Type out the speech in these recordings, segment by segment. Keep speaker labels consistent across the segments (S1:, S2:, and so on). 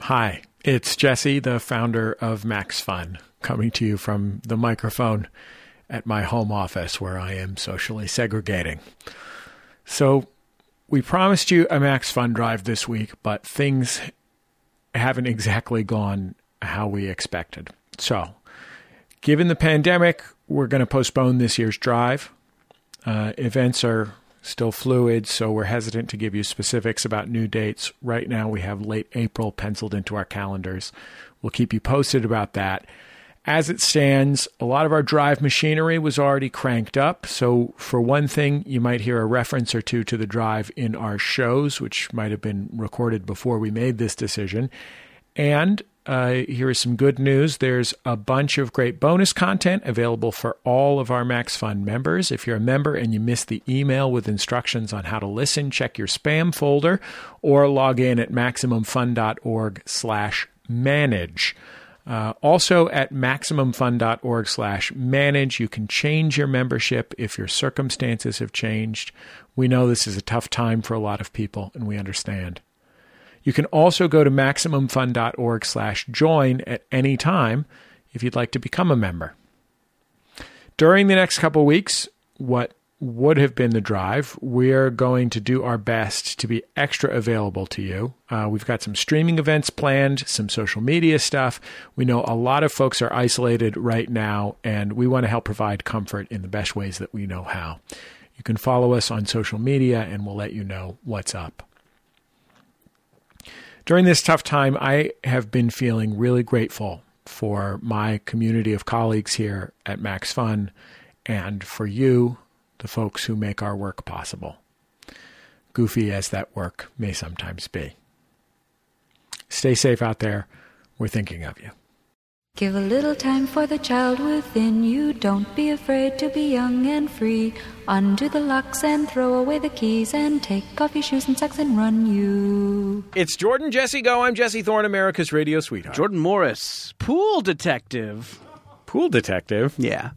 S1: Hi, it's Jesse, the founder of Max Fun, coming to you from the microphone at my home office where I am socially segregating. So, we promised you a Max Fun drive this week, but things haven't exactly gone how we expected. So, given the pandemic, we're going to postpone this year's drive. Uh, events are still fluid, so we're hesitant to give you specifics about new dates. Right now, we have late April penciled into our calendars. We'll keep you posted about that. As it stands, a lot of our drive machinery was already cranked up. So, for one thing, you might hear a reference or two to the drive in our shows, which might have been recorded before we made this decision. And uh, here is some good news. There's a bunch of great bonus content available for all of our Max Fund members. If you're a member and you missed the email with instructions on how to listen, check your spam folder or log in at maximumfund.org slash manage. Uh, also at maximumfund.org slash manage, you can change your membership if your circumstances have changed. We know this is a tough time for a lot of people, and we understand. You can also go to MaximumFun.org slash join at any time if you'd like to become a member. During the next couple weeks, what would have been the drive, we're going to do our best to be extra available to you. Uh, we've got some streaming events planned, some social media stuff. We know a lot of folks are isolated right now, and we want to help provide comfort in the best ways that we know how. You can follow us on social media, and we'll let you know what's up. During this tough time, I have been feeling really grateful for my community of colleagues here at Max Fun and for you, the folks who make our work possible. Goofy as that work may sometimes be. Stay safe out there. We're thinking of you.
S2: Give a little time for the child within you. Don't be afraid to be young and free. Undo the locks and throw away the keys and take off your shoes and socks and run you.
S1: It's Jordan Jesse Go. I'm Jesse Thorne, America's radio sweetheart.
S3: Jordan Morris, pool detective.
S1: Pool detective.
S3: Yeah,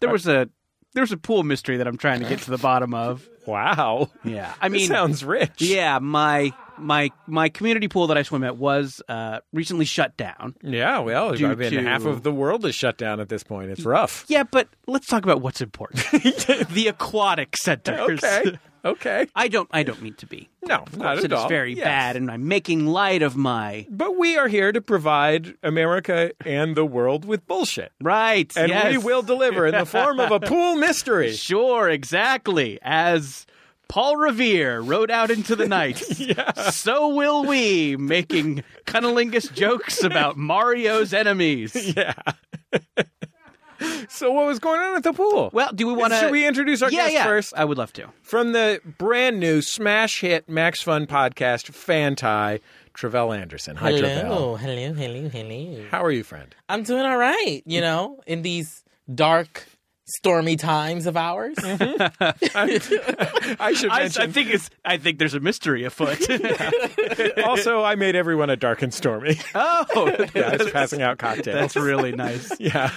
S3: there was a there was a pool mystery that I'm trying to get to the bottom of.
S1: Wow.
S3: Yeah, I
S1: This
S3: mean,
S1: sounds rich.
S3: yeah, my my my community pool that I swim at was uh, recently shut down.
S1: Yeah, well,
S3: Due
S1: I mean,
S3: to-
S1: half of the world is shut down at this point. It's rough.
S3: Yeah, but let's talk about what's important: the aquatic centers.
S1: Okay. Okay.
S3: I don't. I don't mean to be.
S1: No,
S3: of
S1: not
S3: course
S1: at
S3: it is
S1: all.
S3: very
S1: Yes.
S3: bad, and I'm making light of my
S1: But we are here to provide America and the world with bullshit.
S3: right.
S1: And
S3: yes.
S1: we will deliver in the form of a pool mystery.
S3: Sure, exactly. As Paul Revere rode out into the night, so will we, making cunnilingus jokes about Mario's enemies.
S1: So, what was going on at the pool?
S3: Well, do we want to?
S1: Should we introduce our
S3: yeah,
S1: guest
S3: yeah.
S1: first?
S3: I would love to.
S1: From the brand new smash hit Max Fun podcast, Fanti, Travell Anderson. Hi, Travell.
S4: hello, hello, hello, hello.
S1: How are you, friend?
S4: I'm doing all right, you know, in these dark, stormy times of ours.
S1: I should
S3: I,
S1: mention.
S3: think it's. I think there's a mystery afoot.
S1: also, I made everyone a dark and stormy.
S3: oh,
S1: yeah, I was passing out cocktails.
S3: that's really nice.
S1: yeah,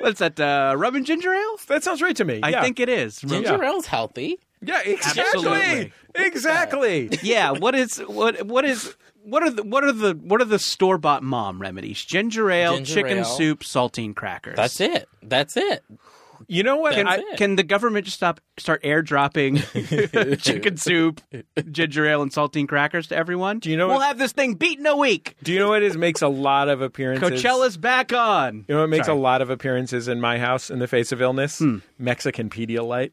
S3: What's that? Uh, rum and ginger ale?
S1: that sounds right to me.
S3: I
S1: yeah.
S3: think it is.
S4: Ginger ale's healthy.
S1: Yeah, exactly.
S3: Absolutely.
S1: Exactly.
S3: yeah. What is what? What is? What are the what are the what are the store bought mom remedies? Ginger ale,
S4: Ginger
S3: chicken
S4: ale.
S3: soup, saltine crackers.
S4: That's it. That's it.
S1: You know what?
S4: Can-
S1: I,
S4: it.
S3: Can the government just stop start airdropping chicken soup, ginger ale, and saltine crackers to everyone?
S1: Do you know
S3: we'll
S1: what-
S3: have this thing beaten a week?
S1: do you know what is makes a lot of appearances?
S3: Coachella's back on.
S1: You know what makes
S3: Sorry. Hmm.
S1: a lot of appearances in my house in the face of illness? Mexican Pedialyte.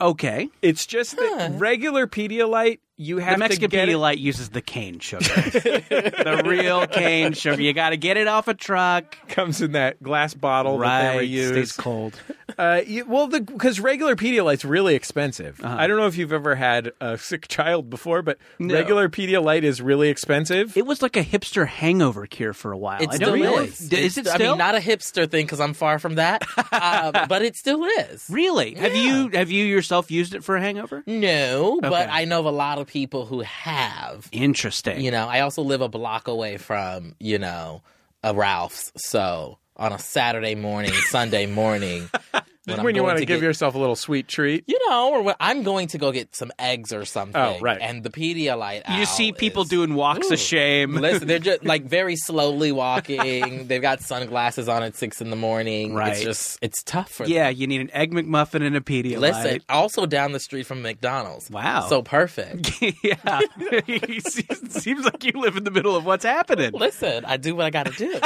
S3: Okay,
S1: It's just that regular Pedialyte, you have
S3: the Mexican
S1: to get it-
S3: Pedialyte uses the cane sugar, the real cane sugar. You got to get it off a truck.
S1: comes in that glass bottle that
S3: Right,
S1: they
S3: stays
S1: use.
S3: cold.
S1: Uh, you, well, because regular Pedialyte's really expensive.
S3: Uh-huh.
S1: I don't know if you've ever had a sick child before, but regular Pedialyte is really expensive.
S3: It was like a hipster hangover cure for a while.
S4: It
S3: I
S4: still
S3: don't know.
S4: is.
S3: D- Is it
S4: I
S3: still?
S4: mean, not a hipster thing because I'm far from that, uh, but it still is.
S3: really? Have you have you yourself used it for a hangover?
S4: Mm. No, but
S3: Okay.
S4: I know of a lot of people who have.
S3: Interesting.
S4: You know, I also live a block away from, you know, a Ralph's. So on a Saturday morning, Sunday morning, I'm
S1: when you
S4: going
S1: want to
S4: to
S1: give
S4: get-
S1: yourself a little sweet treat.
S4: You know, or when I'm going to go get some eggs or something.
S1: right.
S4: And the Pedialyte.
S3: Oh, You see
S4: owl
S3: people
S4: is-
S3: doing walks
S4: Ooh.
S3: of shame.
S4: Listen, they're just like very slowly walking. They've got sunglasses on at six in the morning.
S3: Right.
S4: It's just it's tough for them.
S3: Yeah, you need an egg McMuffin and a Pedialyte.
S4: Listen, also down the street from McDonald's.
S3: Wow.
S4: So perfect.
S3: yeah, it seems like you live in the middle of what's happening.
S4: Listen, I do what I got to do.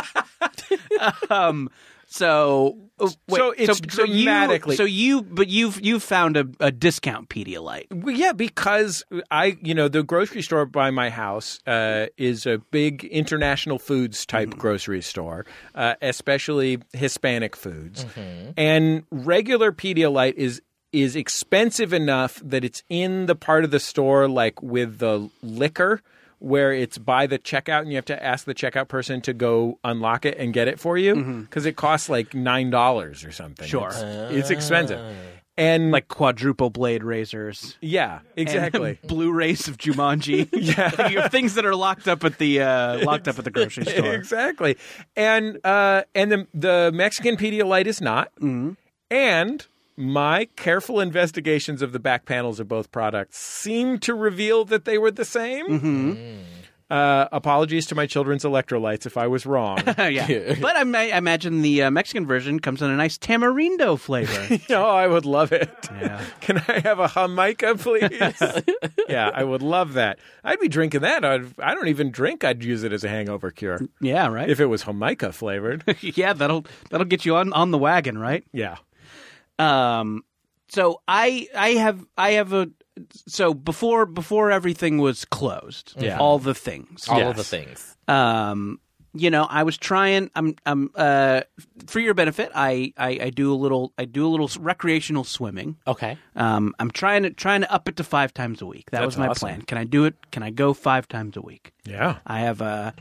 S3: Um, so oh, wait,
S1: So it's
S3: you-
S1: dramatically-
S3: So you, but you've you've found a, a discount Pedialyte.
S1: Well, yeah, because I, you know, the grocery store by my house uh, is a big international foods type
S3: Mm-hmm.
S1: grocery store, uh, especially Hispanic foods,
S3: Mm-hmm.
S1: and regular Pedialyte is is expensive enough that it's in the part of the store like with the liquor. Where it's by the checkout, and you have to ask the checkout person to go unlock it and get it for you because it costs like nine dollars or something.
S3: Mm-hmm. Sure. Ah.
S1: it's, it's expensive, and
S3: Like quadruple blade razors.
S1: yeah, exactly.
S3: And blue race of Jumanji. yeah. you have things that are locked up at the uh, locked up at the grocery store.
S1: exactly. And uh, and the the Mexican Pedialyte is not. And my careful investigations of the back panels of both products seem to reveal that they were the same. Uh, apologies to my children's electrolytes if I was wrong.
S3: Oh, yeah. but I, ma- I imagine the uh, Mexican version comes in a nice tamarindo flavor.
S1: no, I would love it.
S3: Yeah.
S1: Can I have a Jamaica, please? yeah, I would love that. I'd be drinking that. I'd, I don't even drink. I'd use it as a hangover cure
S3: yeah, right.
S1: if it was Jamaica flavored.
S3: yeah, that'll that'll get you on on the wagon, right?
S1: yeah.
S3: Um, so I I have I have a so before before everything was closed,
S1: Yeah.
S3: all the things.
S4: All
S1: Yes.
S4: of the things.
S3: Um, you know, I was trying. I'm I'm uh for your benefit. I I, I do a little I do a little recreational swimming.
S4: Okay.
S3: Um, I'm trying to trying to up it to five times a week. That
S1: That's
S3: was my
S1: awesome.
S3: plan. Can I do it? Can I go five times a week?
S1: Yeah.
S3: I have a,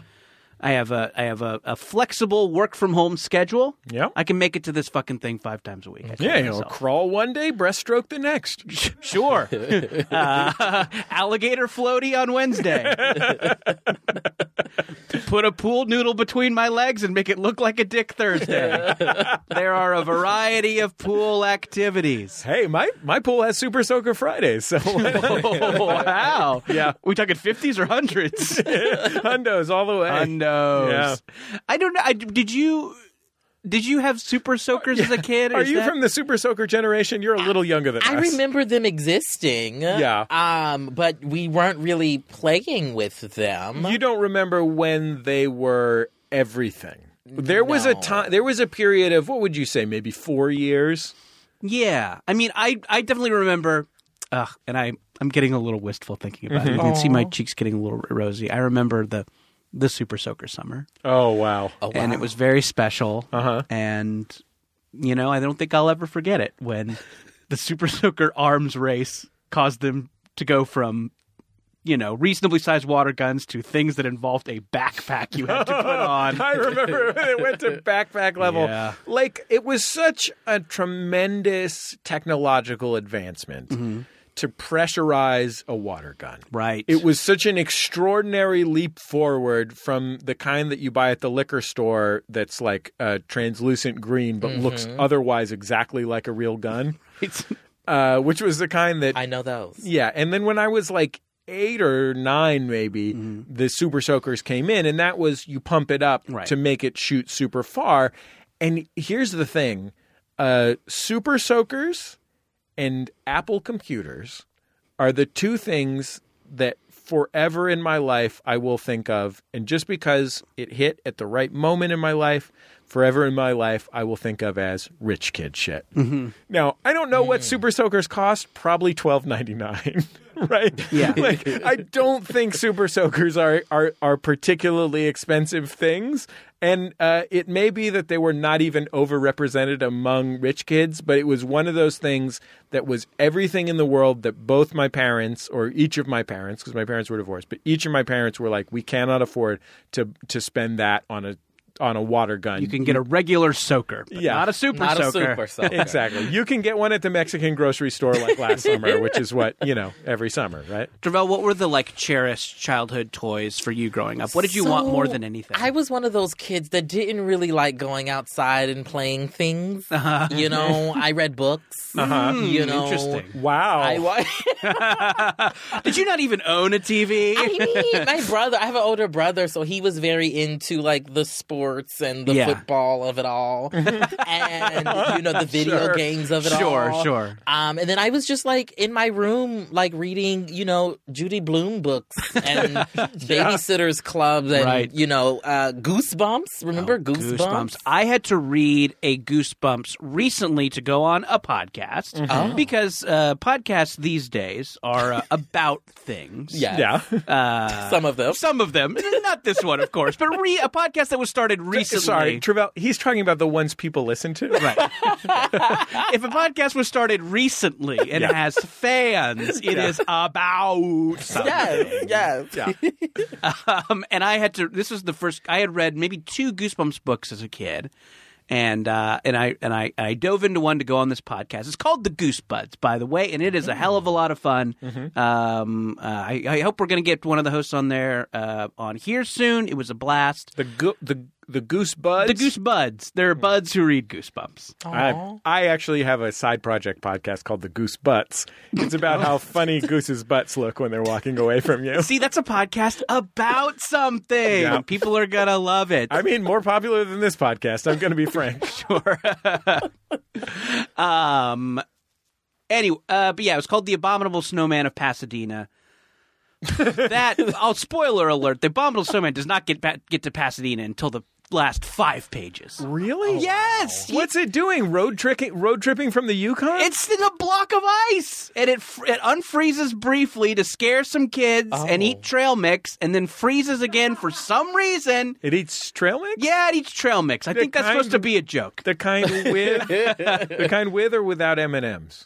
S3: I have a, I have a, a flexible work from home schedule.
S1: Yep.
S3: I can make it to this fucking thing five times a week. I told
S1: Yeah, you know,
S3: myself.
S1: crawl one day, breaststroke the next.
S3: sure. uh, alligator floaty on Wednesday. Put a pool noodle between my legs and make it look like a dick Thursday. there are a variety of pool activities.
S1: Hey, my, my pool has Super Soaker Fridays, so
S3: Oh, wow.
S1: Yeah.
S3: We talking 50s or 100s?
S1: hundos all the way.
S3: Undos. I don't know. I, did you did you have super soakers as a kid?
S1: Are
S3: Is
S1: you
S3: that-
S1: from the Super Soaker generation? You're a little younger than
S4: I
S1: us.
S4: remember them existing.
S1: Yeah.
S4: Um, but we weren't really playing with them.
S1: You don't remember when they were everything. There was a
S4: No.
S1: time. There was a period of what would you say? Maybe four years.
S3: Yeah. I mean, I I definitely remember. Ugh, and I I'm getting a little wistful thinking about it. You
S4: Mm-hmm.
S3: can see my cheeks getting a little rosy. I remember the the super soaker summer,
S1: Oh wow!
S4: Oh, wow.
S3: and it was very special.
S1: Uh-huh.
S3: And you know, I don't think I'll ever forget it when the super soaker arms race caused them to go from. You know, reasonably sized water guns to things that involved a backpack you had to put on.
S1: I remember when it went to backpack level.
S3: Yeah.
S1: Like it was such a tremendous technological advancement to pressurize a water gun.
S3: Right.
S1: It was such an extraordinary leap forward from the kind that you buy at the liquor store that's like a translucent green but looks otherwise exactly like a real gun,
S3: It's-
S1: uh, which was the kind that.
S4: I know those.
S1: yeah. And then when I was like eight or nine, maybe, the Super Soakers came in, and that was you pump it up
S3: Right.
S1: to make it shoot super far. And here's the thing uh, Super Soakers and Apple computers are the two things that forever in my life I will think of. And just because it hit at the right moment in my life, forever in my life, I will think of as rich kid shit. Now, I don't know what
S3: Mm.
S1: Super Soakers cost, probably twelve ninety nine. Right? Yeah. like I don't think super soakers are, are are particularly expensive things. And uh, it may be that they were not even overrepresented among rich kids, but it was one of those things that was everything in the world that both my parents or each of my parents, because my parents were divorced, but each of my parents were like, we cannot afford to to spend that on a on a water gun.
S3: You can get a regular soaker, but
S1: Yeah.
S3: not a super
S4: Not a
S3: soaker.
S4: super soaker.
S1: exactly. You can get one at the Mexican grocery store like last summer, which is what you know every summer, right?
S3: Travell, what were the like cherished childhood toys for you growing up? What did you want
S4: So,
S3: more than anything?
S4: I was one of those kids that didn't really like going outside and playing things.
S3: Uh-huh. Hmm,
S4: You know, I read books.
S1: Uh-huh.
S4: You know,
S3: Interesting.
S1: Wow.
S4: I wa-
S3: Did you not even own a TV?
S4: I mean, my brother. I have an older brother, so he was very into like the sports and the
S3: Yeah.
S4: football of it all, and you know the video
S1: Sure.
S4: games of it
S3: sure,
S4: all.
S3: sure.
S4: Um, and then I was just like in my room, like reading, you know, Judy Bloom books and Babysitters Club, and
S3: Right. Oh,
S4: you know, uh, Goosebumps. Remember Goosebumps?
S3: I had to read a Goosebumps recently to go on a podcast
S4: Mm-hmm.
S1: Oh.
S3: because uh, podcasts these days are uh, about things.
S4: Yeah,
S1: yeah.
S3: Uh,
S4: some of them.
S3: some of them. Not this one, of course, but re- a podcast that was started recently.
S1: Sorry, Travell. He's talking about the ones people listen to.
S3: Right. if a podcast was started recently and
S1: Yeah.
S3: has fans, it is
S1: Yeah.
S3: about something.
S4: Yes, yes.
S1: Yeah.
S3: Um, and I had to. This was the first I had read maybe two Goosebumps books as a kid, and uh, and I and I I dove into one to go on this podcast. It's called The Goosebuds, by the way, and it is a hell of a lot of fun. Um, uh, I, I hope we're going to get one of the hosts on there uh, on here soon. It was a blast.
S1: The go- the the goose buds.
S3: The Goosebuds. There are buds who read Goosebumps.
S1: I, I actually have a side project podcast called The Goose Butts. It's about how funny goose's butts look when they're walking away from you.
S3: See, that's a podcast about something.
S1: Yeah.
S3: People are gonna love it.
S1: I mean, more popular than this podcast. I'm going to be frank.
S3: sure. um. Anyway, uh, but yeah, it was called "The Abominable Snowman of Pasadena." that I'll spoiler alert: the Abominable Snowman does not get ba- get to Pasadena until the last five pages.
S1: Really?
S3: Yes, he-
S1: Oh, What's it doing? Road tricking? Road tripping from the Yukon?
S3: It's in a block of ice, and it fr- it unfreezes briefly to scare some kids and
S4: Oh.
S3: eat trail mix, and then freezes again for some reason.
S1: it eats trail mix.
S3: Yeah, it eats trail mix. I think that's
S1: kind
S3: supposed to
S1: of-
S3: be a joke.
S1: The kind with the kind with or without M and M's.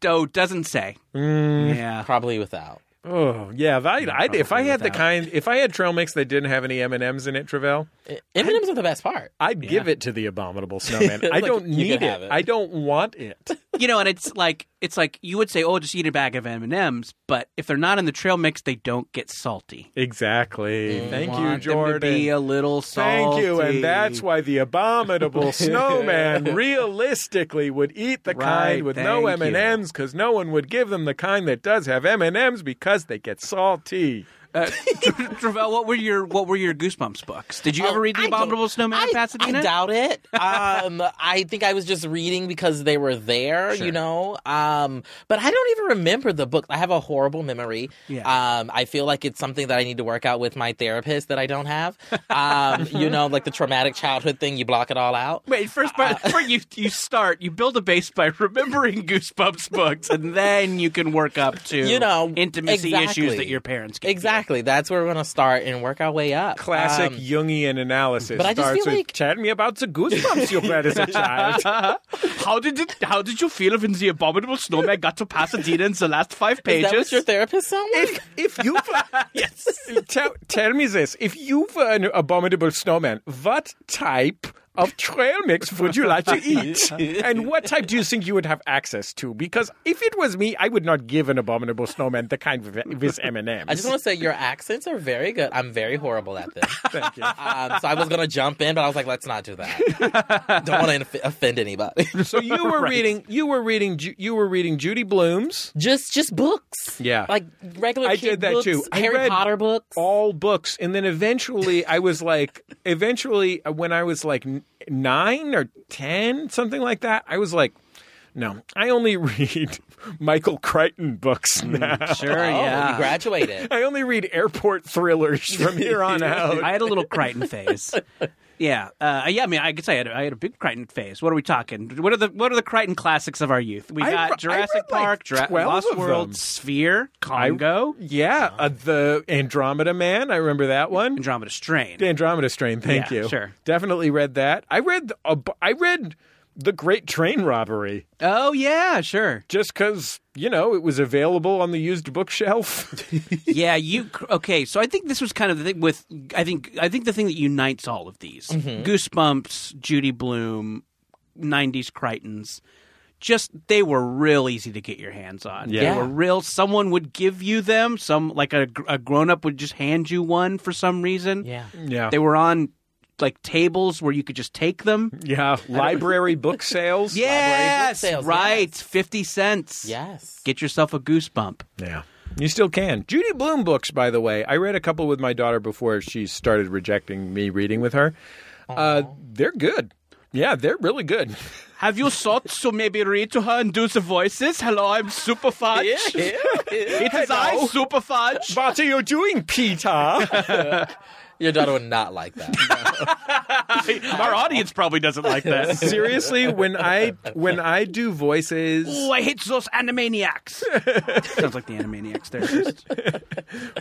S3: Doe doesn't say. Yeah.
S4: Probably without.
S1: Oh yeah, if I, I'd, if I
S3: probably
S1: had the
S3: without.
S1: kind, if I had trail mix that didn't have any M and M's in it, Travell,
S4: M&M's are the best part.
S1: I'd give it to the abominable snowman. I
S4: Like,
S1: don't
S4: you
S1: need
S4: can have
S1: it.
S4: it.
S1: I don't want it.
S3: You know, and it's like it's like you would say, "Oh, just eat a bag of M and M's," but if they're not in the trail mix, they don't get salty.
S1: Exactly. Thank you,
S3: Want them to
S1: Jordan.
S3: be a little salty.
S1: Thank you, and that's why the abominable snowman realistically would eat the
S3: Right,
S1: kind with no M
S3: thank
S1: and M's because no one would give them the kind that does have M and M's because they get salty.
S3: Uh, Tra- Travell, what were your what were your Goosebumps books? Did you ever read the
S4: Oh, I
S3: Abominable
S4: don't-
S3: Snowman
S4: I,
S3: of Pasadena?
S4: I doubt it. Um, I think I was just reading because they were there, you know. Um, but I don't even remember the book. I have a horrible memory.
S3: Yeah.
S4: Um, I feel like it's something that I need to work out with my therapist that I don't have. Um, you know, like the traumatic childhood thing. You block it all out.
S3: Wait, first, part, before you you start, you build a base by remembering Goosebumps books, and then you can work up to
S4: You know,
S3: intimacy issues
S4: exactly.
S3: that your parents get
S4: Exactly. That's where we're gonna start and work our way up.
S1: Classic
S4: Um,
S1: Jungian analysis
S4: but I just
S1: starts
S4: feel
S1: with
S4: like-
S1: chat me about the goosebumps you had as a child.
S3: How did it, how did you feel when the abominable snowman got to Pasadena in the last five
S4: is
S3: pages?
S4: that what your therapist sounds like?
S1: if you were, yes, tell, tell me this: if you were an abominable snowman, what type of trail mix would you like to eat, and what type do you think you would have access to? Because if it was me, I would not give an abominable snowman the kind with, with M and M's.
S4: I just want to say your accents are very good. I'm very horrible at this.
S1: Thank you.
S4: Um, so I was gonna jump in, but I was like, let's not do that. Don't want to inf- offend anybody.
S1: So you were reading, you were reading, Ju- you were reading Judy Bloom's
S4: just just books.
S1: Yeah.
S4: like regular.
S1: I did
S4: kid
S1: that
S4: books,
S1: too. I
S4: Harry
S1: read Oh,
S4: Potter books.
S1: all books, and then eventually, I was like, eventually, uh, when I was like n- nine or ten, something like that, I was like. No, I only read Michael Crichton books now.
S3: Mm, Sure,
S4: oh,
S3: yeah.
S4: you graduated.
S1: I only read airport thrillers from here on out.
S3: I had a little Crichton phase. Yeah, uh, yeah. I mean, I guess I had I had a big Crichton phase. What are we talking? What are the what are the Crichton classics of our youth? We
S1: I
S3: got
S1: re- I
S3: Jurassic
S1: read, like,
S3: Park, Jura-
S1: 12
S3: Lost
S1: of
S3: World,
S1: them.
S3: Sphere, Congo,
S1: yeah, uh, the Andromeda Man. I remember that one.
S3: Andromeda Strain.
S1: The Andromeda Strain. Thank
S3: Yeah,
S1: you.
S3: sure.
S1: Definitely read that. I read. A, uh, bu- I read The Great Train Robbery,
S3: Oh yeah, sure.
S1: just because, you know, it was available on the used bookshelf.
S3: yeah, you okay? So I think this was kind of the thing with I think I think the thing that unites all of these
S4: Mm-hmm.
S3: Goosebumps, Judy Bloom, '90s Crichtons. Just they were real easy to get your hands on.
S1: Yeah.
S3: They were real. Someone would give you them. Some like a, gr- a grown up would just hand you one for some reason.
S4: Yeah.
S1: yeah.
S3: they were on like tables where you could just take them.
S1: yeah. Library book sales.
S3: Yes,
S4: sales,
S3: right.
S4: yes.
S3: Fifty cents.
S4: Yes.
S3: get yourself a goosebump.
S1: Yeah. You still can. Judy Bloom books, by the way. I read a couple with my daughter before she started rejecting me reading with her. Uh, they're good. Yeah, they're really good.
S3: Have you sought to maybe read to her and do the voices? Hello, I'm Super Fudge. It is I, Super Fudge.
S1: What are you doing, Peter?
S4: Your daughter would not like that.
S3: Our audience probably doesn't like that.
S1: Seriously, when I when I do voices,
S3: Oh, I hate those Animaniacs. Sounds like the Animaniacs there.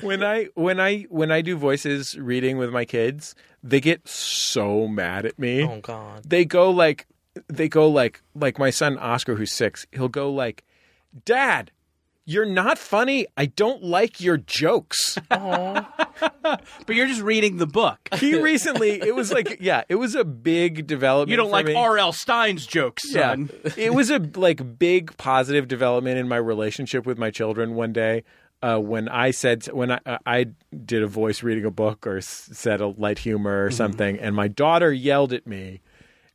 S1: when I when I when I do voices reading with my kids, they get so mad at me.
S4: oh God.
S1: they go like they go like like my son Oscar who's 6 he'll go like dad you're not funny I don't like your jokes
S3: But you're just reading the book.
S1: he recently it was like yeah it was a big development
S3: You don't
S1: for
S3: like
S1: me.
S3: R.L. Stein's jokes,
S1: yeah
S3: son.
S1: it was a like big positive development in my relationship with my children one day uh, when I said when I I did a voice reading a book or s- said a light humor or something and my daughter yelled at me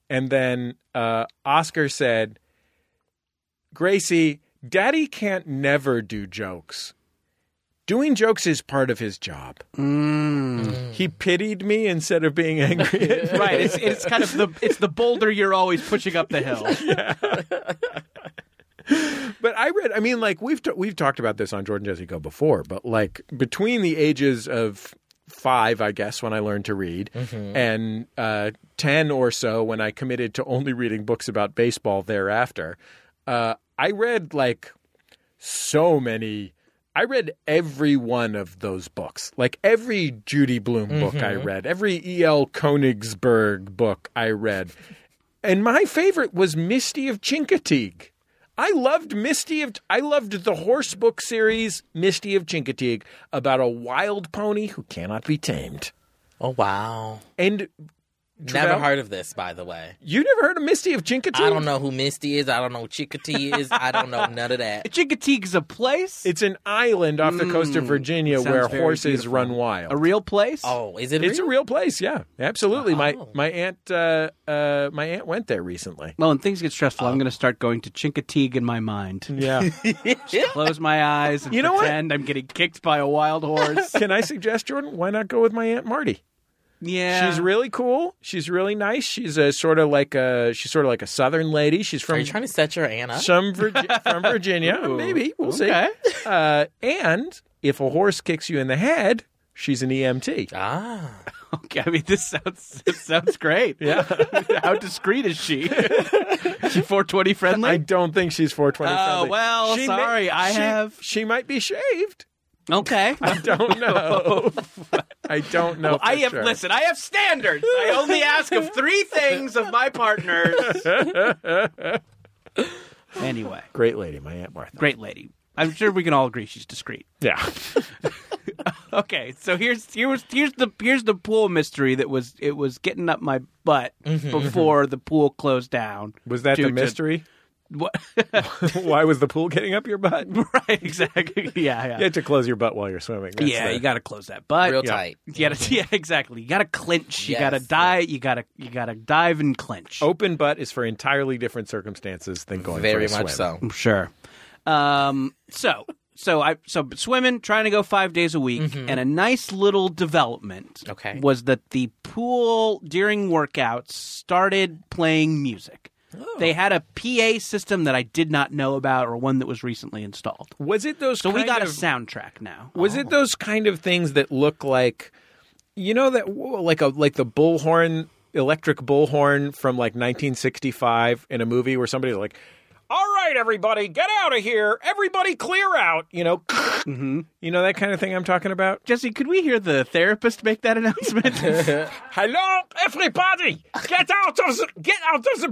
S1: And then uh, Oscar said, Gracie, daddy can't never do jokes. Doing jokes is part of his job. He pitied me instead of being angry at me.
S3: Right. It's, it's kind of the it's the boulder you're always pushing up the hill.
S1: But I read, I mean, like, we've, t- we've talked about this on Jordan Jesse Go before, but like between the ages of five, I guess, when I learned to read, and uh, 10 or so when I committed to only reading books about baseball thereafter, uh, I read like so many. I read every one of those books, like every Judy Bloom book I read, every E.L. Konigsberg book I read. And my favorite was Misty of Chincoteague. I loved Misty of I loved the horse book series Misty of Chincoteague about a wild pony who cannot be tamed.
S4: Oh wow.
S1: And
S4: Never
S1: Travell?
S4: heard of this, by the way.
S1: you never heard of Misty of Chincoteague?
S4: I don't know who Misty is. I don't know who Chickadee is. I don't know none of that.
S3: Chincoteague's a place.
S1: It's an island off the coast of Virginia
S3: sounds
S1: where
S3: very
S1: horses
S3: beautiful.
S1: run wild.
S3: a real place.
S4: Oh, is it?
S1: It's a
S4: real?
S1: real place, yeah, absolutely. My my aunt uh, uh, my aunt went there recently.
S3: Well, when things get stressful, I'm going to start going to Chincoteague in my mind.
S1: Yeah.
S3: close my eyes and
S1: You know what?
S3: pretend I'm getting kicked by a wild horse.
S1: Can I suggest, Jordan? Why not go with my aunt Marty?
S3: yeah,
S1: She's really cool. She's really nice. She's a sort of like a she's sort of like a southern lady. She's
S4: Are
S1: from
S4: you trying to set your Anna?
S1: some Virgi- from Virginia. Maybe we'll
S3: okay.
S1: see. Uh, and if a horse kicks you in the head, she's an E EMT.
S4: ah,
S3: okay. I mean, this sounds this sounds great. Yeah, how discreet is she? Is she 420 friendly.
S1: I don't think she's 420.
S3: Oh,
S1: friendly.
S3: well,
S1: She
S3: sorry, I
S1: she-
S3: have-
S1: She might be shaved.
S3: okay.
S1: I don't know. I don't know.
S3: Oh. Well, I
S1: for
S3: have
S1: sure.
S3: listen. I have standards. I only ask of three things of my partners. anyway,
S1: Great lady, my aunt Martha.
S3: great lady. I'm sure we can all agree she's discreet.
S1: Yeah.
S3: Okay, so here's here's here's the here's the pool mystery that was it was getting up my butt
S4: Mm-hmm,
S3: before the pool closed down.
S1: Was that
S3: due
S1: the
S3: to-
S1: mystery?
S3: what,
S1: Why was the pool getting up your butt? You
S3: right, exactly. Yeah, yeah.
S1: had to close your butt while you're swimming. That's
S3: yeah,
S1: the-
S3: you got to close that butt.
S4: real
S3: yeah.
S4: tight.
S3: You gotta, yeah, exactly. You got to clinch. You
S4: Yes,
S3: got to die. You got to you got to dive and clinch.
S1: Open butt is for entirely different circumstances than going
S4: Very
S1: for a
S4: much
S1: swim.
S4: so.
S3: I'm sure. Um, so so I so swimming, trying to go five days a week, and a nice little development.
S4: Okay.
S3: was that the pool during workouts started playing music. They had a PA system that I did not know about, or one that was recently installed.
S1: Was it those?
S3: So we
S1: kind
S3: got
S1: of-
S3: a soundtrack now.
S1: Was it those kind of things that look like, you know, that like a like the bullhorn, electric bullhorn from like 1965 in a movie where somebody's like, all right, everybody, get out of here. Everybody clear out, you know.
S3: Mm-hmm.
S1: You know that kind of thing I'm talking about?
S3: Jesse, could we hear the therapist make that announcement? yeah,
S1: Hello, everybody! Get out of the get out of the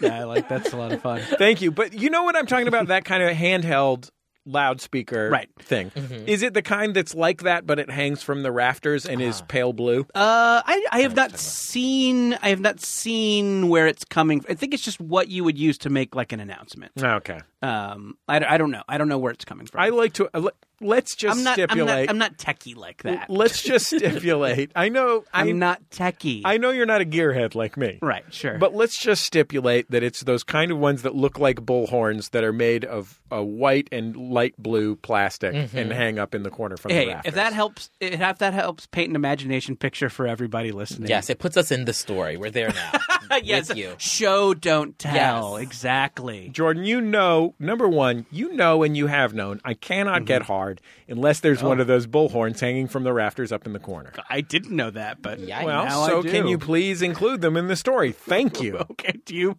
S1: pool.
S3: I like that's a lot of fun.
S1: Thank you, but you know what I'm talking about? That kind of handheld loudspeaker
S3: Right.
S1: thing. Is it the kind that's like that, but it hangs from the rafters and is pale blue?
S3: Uh, I, I have not seen. I have not seen where it's coming. I think it's just what you would use to make like an announcement.
S1: Okay,
S3: Um, I, I don't know. I don't know where it's coming from.
S1: I like to. uh, Let's just
S3: I'm not, I'm
S1: stipulate.
S3: not. I'm not techie like that.
S1: Let's just stipulate. I know. I,
S3: I'm not techie.
S1: I know you're not a gearhead like me.
S3: right. Sure.
S1: But let's just stipulate that it's those kind of ones that look like bullhorns that are made of a white and light blue plastic and hang up in the corner from the
S3: hey,
S1: rafters.
S3: if that helps, if that helps paint an imagination picture for everybody listening.
S4: Yes, it puts us in the story. We're there now.
S3: yes.
S4: With you.
S3: Show don't tell.
S4: Yes.
S3: Exactly.
S1: Jordan, you know, number one, you know, and you have known, I cannot get hard unless there's one of those bullhorns hanging from the rafters up in the corner.
S3: I didn't know that, but
S4: Yikes.
S1: Well,
S3: now
S1: so
S3: I do.
S1: can you please include them in the story? Thank you.
S3: Okay. Do you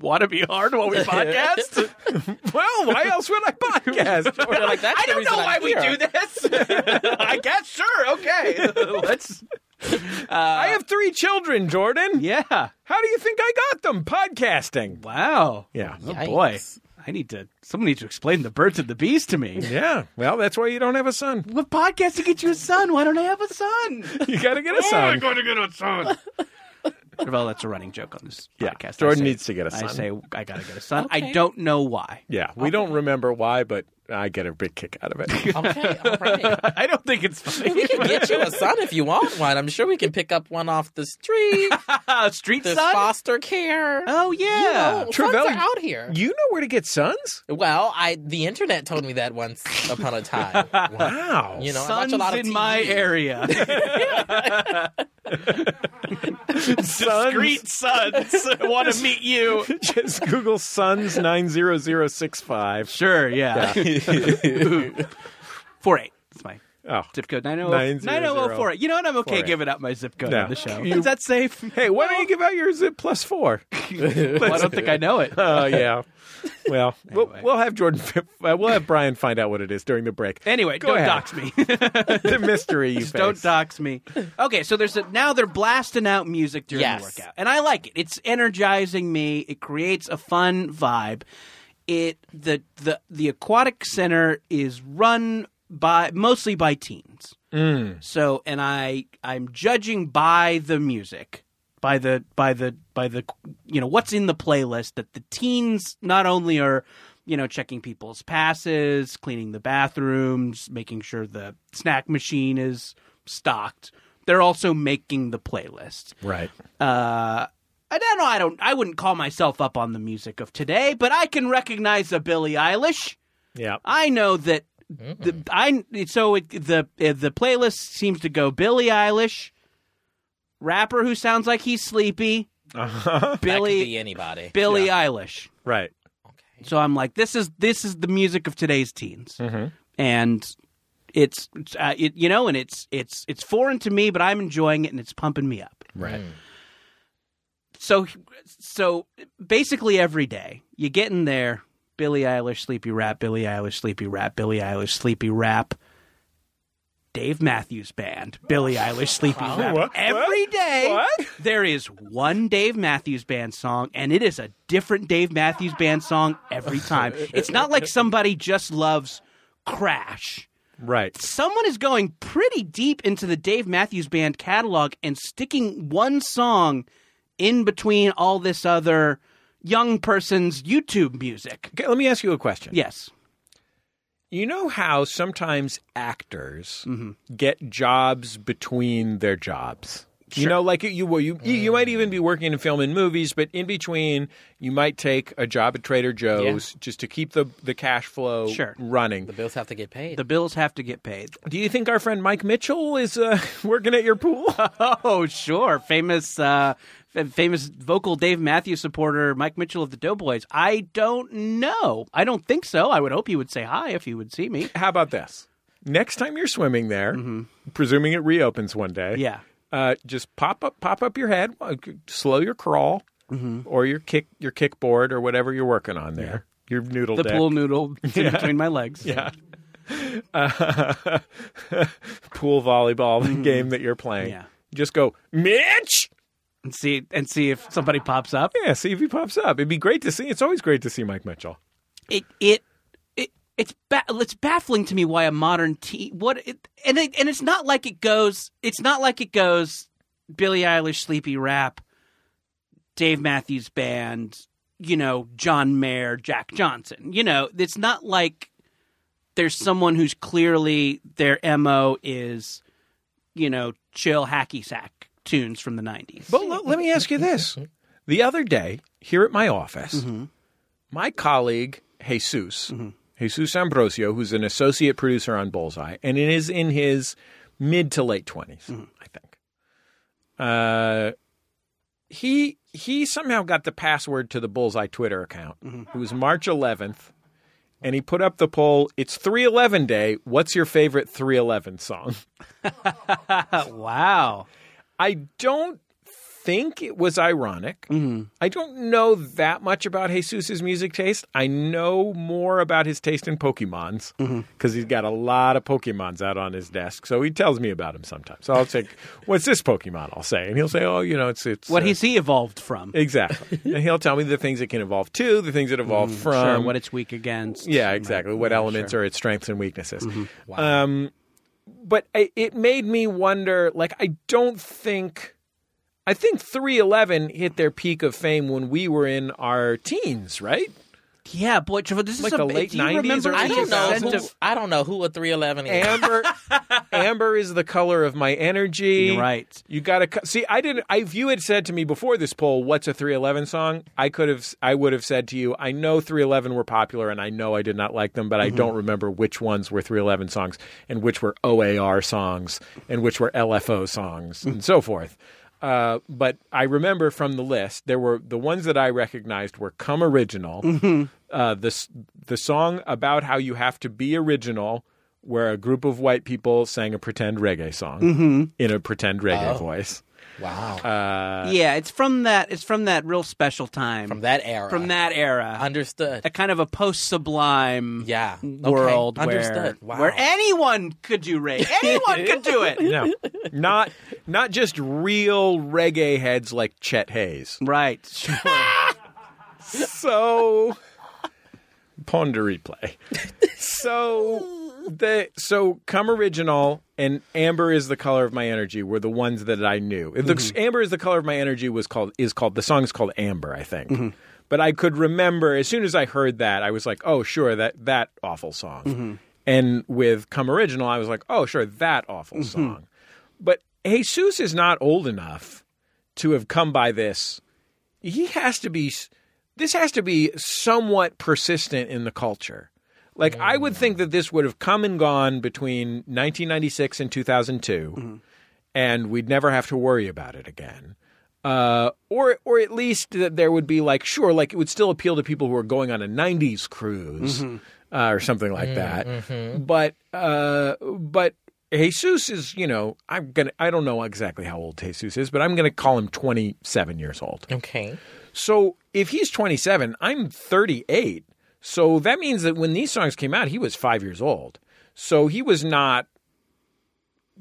S3: want to be hard while we podcast?
S1: well, why else would I podcast? Jordan?
S4: They're like, "That's
S3: I
S4: the
S3: don't
S4: reason
S3: know
S4: I'm
S3: why we do
S4: here."
S3: this. I guess sure. Okay. Let's.
S1: I have three children, Jordan.
S3: Yeah.
S1: How do you think I got them? Podcasting.
S3: Wow.
S1: Yeah.
S3: Oh boy. I need to. Someone needs to explain the birds and the bees to me.
S1: Yeah. Well, that's why you don't have a son.
S3: What podcast to get you a son? Why don't I have a son?
S1: You got to get a son.
S3: going to get a son. well, that's a running joke on this
S1: Yeah,
S3: podcast. I
S1: Jordan
S3: say-
S1: needs to get a
S3: I
S1: son.
S3: say I gotta get a son. I don't know why.
S1: Yeah. We don't remember why, but I get a big kick out of it.
S4: Okay, all right.
S3: I don't think it's funny.
S4: We can get you a son if you want one. I'm sure we can pick up one off the street.
S3: Uh, Street
S4: There's
S3: son.
S4: foster care.
S3: oh yeah.
S4: Oh,
S1: Trevelyan-
S4: sons are out here.
S1: you know where to get sons?
S4: Well, I the internet told me that once upon a time.
S1: Wow.
S4: You know, I watch
S3: Sons
S4: a lot of
S3: in
S4: TV.
S3: my area.
S1: Sons.
S3: Discreet sons want to meet you.
S1: Just Google sons 90065.
S3: Sure, yeah. Four eight. That's my
S1: Oh.
S3: zip code. 900
S1: 900.
S3: 90048. You know what? I'm okay
S1: 48.
S3: giving up my zip code
S1: No.
S3: on the show.
S1: You-
S3: Is that safe?
S1: Hey, why don't you give out your zip plus four?
S3: Well, I don't think I know it.
S1: Oh, yeah. Well, we'll, we'll have Jordan, uh, we'll have Brian find out what it is during the break.
S3: Anyway,
S1: Go
S3: don't
S1: ahead.
S3: dox me.
S1: the mystery you face.
S3: don't dox me. Okay, so there's a, now they're blasting out music during
S4: Yes.
S3: the workout, and I like it. It's energizing me. It creates a fun vibe. It the the the aquatic center is run by mostly by teens. So, and I I'm judging by the music, by the by the by the you know what's in the playlist that the teens not only are you know checking people's passes, cleaning the bathrooms, making sure the snack machine is stocked. They're also making the playlist.
S1: Right.
S3: Uh, I don't know. I don't. I wouldn't call myself up on the music of today, but I can recognize a Billie Eilish.
S1: Yeah.
S3: I know that the,
S4: Mm.
S3: I so it, the uh, the playlist seems to go Billie Eilish, rapper who sounds like he's sleepy,
S1: Uh-huh.
S4: That could
S3: Billie
S4: be anybody.
S3: Billie Eilish.
S1: Right.
S4: Okay.
S3: So I'm like, this is this is the music of today's teens,
S4: Mm-hmm.
S3: and it's it's, uh, it, you know, and it's it's it's foreign to me, but I'm enjoying it, and it's pumping me up.
S1: Right.
S3: so so basically every day you get in there billie eilish sleepy rap billie eilish sleepy rap billie eilish sleepy rap dave matthews band billie eilish sleepy rap
S1: what?
S3: every day
S1: What?
S3: there is one dave matthews band song and it is a different dave matthews band song every time it's not like somebody just loves crash
S1: Right.
S3: someone is going pretty deep into the Dave Matthews Band catalog and sticking one song in between all this other young person's YouTube music.
S1: Okay, let me ask you a question.
S3: Yes.
S1: You know how sometimes actors get jobs between their jobs. You know, like you, well, you, you you might even be working in film and movies, but in between, you might take a job at Trader Joe's just to keep the the cash flow
S3: Sure.
S1: running.
S4: The bills have to get paid.
S3: The bills have to get paid.
S1: Do you think our friend Mike Mitchell is uh, working at your pool?
S3: Oh, sure. Famous uh f- famous vocal Dave Matthews supporter Mike Mitchell of the Doughboys. I don't know. I don't think so. I would hope he would say hi if he would see me.
S1: How about this? Next time you're swimming there, presuming it reopens one day,
S3: Yeah.
S1: uh, just pop up, pop up your head, uh, slow your crawl or your kick, your kickboard or whatever you're working on there, Your noodle
S3: the
S1: deck.
S3: pool noodle in between my legs.
S1: Yeah. pool volleyball game that you're playing.
S3: Mm-hmm. Yeah.
S1: Just go, Mitch!
S3: And see and see if somebody pops up.
S1: Yeah, see if he pops up. It'd be great to see. It's always great to see Mike Mitchell.
S3: It it it it's ba- it's baffling to me why a modern team what it, and it, and it's not like it goes it's not like it goes Billie Eilish sleepy rap Dave Matthews band you know John Mayer Jack Johnson you know it's not like there's someone who's clearly their mo is you know chill hacky sack tunes from the 90s
S1: But l- let me ask you this. The other day, here at my office, my colleague, Jesus, Jesus Ambrosio, who's an associate producer on Bullseye, and it is in his mid to late 20s, I think. Uh, he he somehow got the password to the Bullseye Twitter account. It was March 11th, and he put up the poll, it's 311 day, what's your favorite 311 song?
S3: wow
S1: I don't think it was ironic.
S3: Mm-hmm.
S1: I don't know that much about Jesus's music taste. I know more about his taste in Pokemons
S3: Mm-hmm.
S1: because he's got a lot of Pokemons out on his desk. So he tells me about them sometimes. So I'll say, "What's this Pokemon?" I'll say, and he'll say, "Oh, you know, it's it's
S3: what
S1: uh,
S3: has he evolved from
S1: exactly." and he'll tell me the things it can evolve to, the things it evolved from,
S3: Mm-hmm. sure what it's weak against
S1: um, yeah, exactly. What elements are its strengths and weaknesses? Um, but I, it made me wonder. Like, I don't think, I think three eleven hit their peak of fame when we were in our teens, right?
S3: Yeah, boy, Trevor, this
S1: Like
S3: is a
S1: the late
S3: do you
S1: 90s
S3: remember
S1: or
S4: I
S3: the
S4: don't know.
S3: extent
S4: Who,
S3: of-
S4: I don't know who a 311 is.
S1: Amber, amber is the color of my energy.
S3: You're right.
S1: You gotta cu- see. I didn't. I, if you had said to me before this poll, "What's a 311 song?" I could have. I would have said to you, "I know 311 were popular, and I know I did not like them, but I
S3: Mm-hmm.
S1: don't remember which ones were 311 songs and which were OAR songs and which were LFO songs
S3: Mm.
S1: and so forth." Uh, but I remember from the list, there were the ones that I recognized were "Come Original," uh, the s- the song about how you have to be original, where a group of white people sang a pretend reggae song in a pretend reggae voice.
S4: Wow.
S3: yeah, it's from that. It's from that real special time
S4: Uh, from that era.
S3: from that era.
S4: Understood.
S3: a kind of a post Sublime
S4: Yeah. Okay.
S3: world where
S4: Understood. Wow.
S3: where anyone could do reggae. Anyone could do it.
S1: No, not not just real reggae heads like Chet Hayes.
S3: Right. Sure.
S1: So ponder replay. So the so come original and amber is the color of my energy were the ones that I knew. It looks amber is the color of my energy was called is called the song is called amber I think. But I could remember as soon as I heard that I was like oh sure that that awful song. And with come original I was like oh sure that awful song. But Jesus is not old enough to have come by this he has to be this has to be somewhat persistent in the culture like i would think that this would have come and gone between 1996 and 2002 and we'd never have to worry about it again uh, or or at least that there would be like sure like it would still appeal to people who are going on a 90s cruise uh, or something like that but uh, but Jesus is you know I'm going to I don't know exactly how old Jesus is but I'm going to call him 27 years old
S4: Okay.
S1: so if he's 27, I'm 38. So that means that when these songs came out, he was five years old. So he was not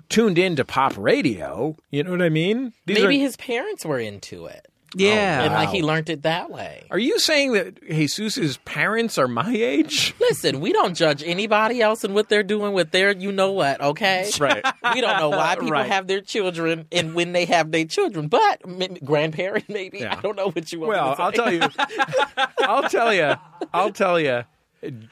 S1: tuned into pop radio. You know what I mean? These
S4: Maybe
S1: are,
S4: his parents were into it, Oh, and
S3: Yeah.
S4: like he learned it that way.
S1: are you saying that Jesus's parents are my age?
S4: Listen, we don't judge anybody else and what they're doing with their you know what, okay?
S1: Right.
S4: We don't know why people
S3: Right.
S4: have their children and when they have their children, but m- grandparent maybe.
S1: Yeah.
S4: I don't know what you want.
S1: Well,
S4: me to
S1: I'll
S4: say.
S1: tell you. I'll tell you. I'll tell you.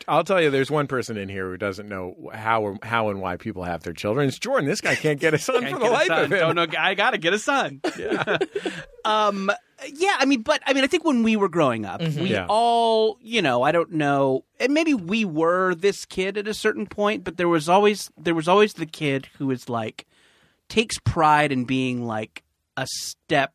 S1: I'll tell you. There's one person in here who doesn't know how or, how and why people have their children. It's Jordan. This guy can't get a son for
S3: Can't
S1: the
S3: get a
S1: life
S3: son.
S1: of him.
S3: Don't know. I gotta get a son. Yeah. um. Yeah. I mean, but I mean, I think when we were growing up, we
S1: Yeah.
S3: all, you know, I don't know, and maybe we were this kid at a certain point, but there was always there was always the kid who is like takes pride in being like a step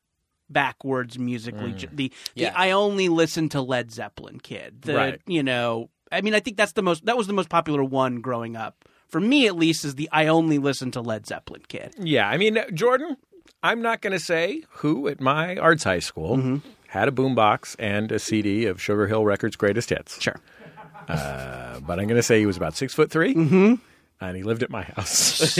S3: backwards musically. Ju- The,
S4: Yes.
S3: the I only listen to Led Zeppelin kid. The,
S1: Right.
S3: You know, I mean, I think that's the most that was the most popular one growing up. For me, at least, is the I only listen to Led Zeppelin kid. Mm-hmm.
S1: Yeah, I mean, Jordan, I'm not going to say who at my arts high school had a boombox and a CD of Sugar Hill Records' greatest hits.
S3: Sure.
S1: Uh, but I'm going to say he was about six foot 3
S3: Mm-hmm.
S1: and he lived at my house.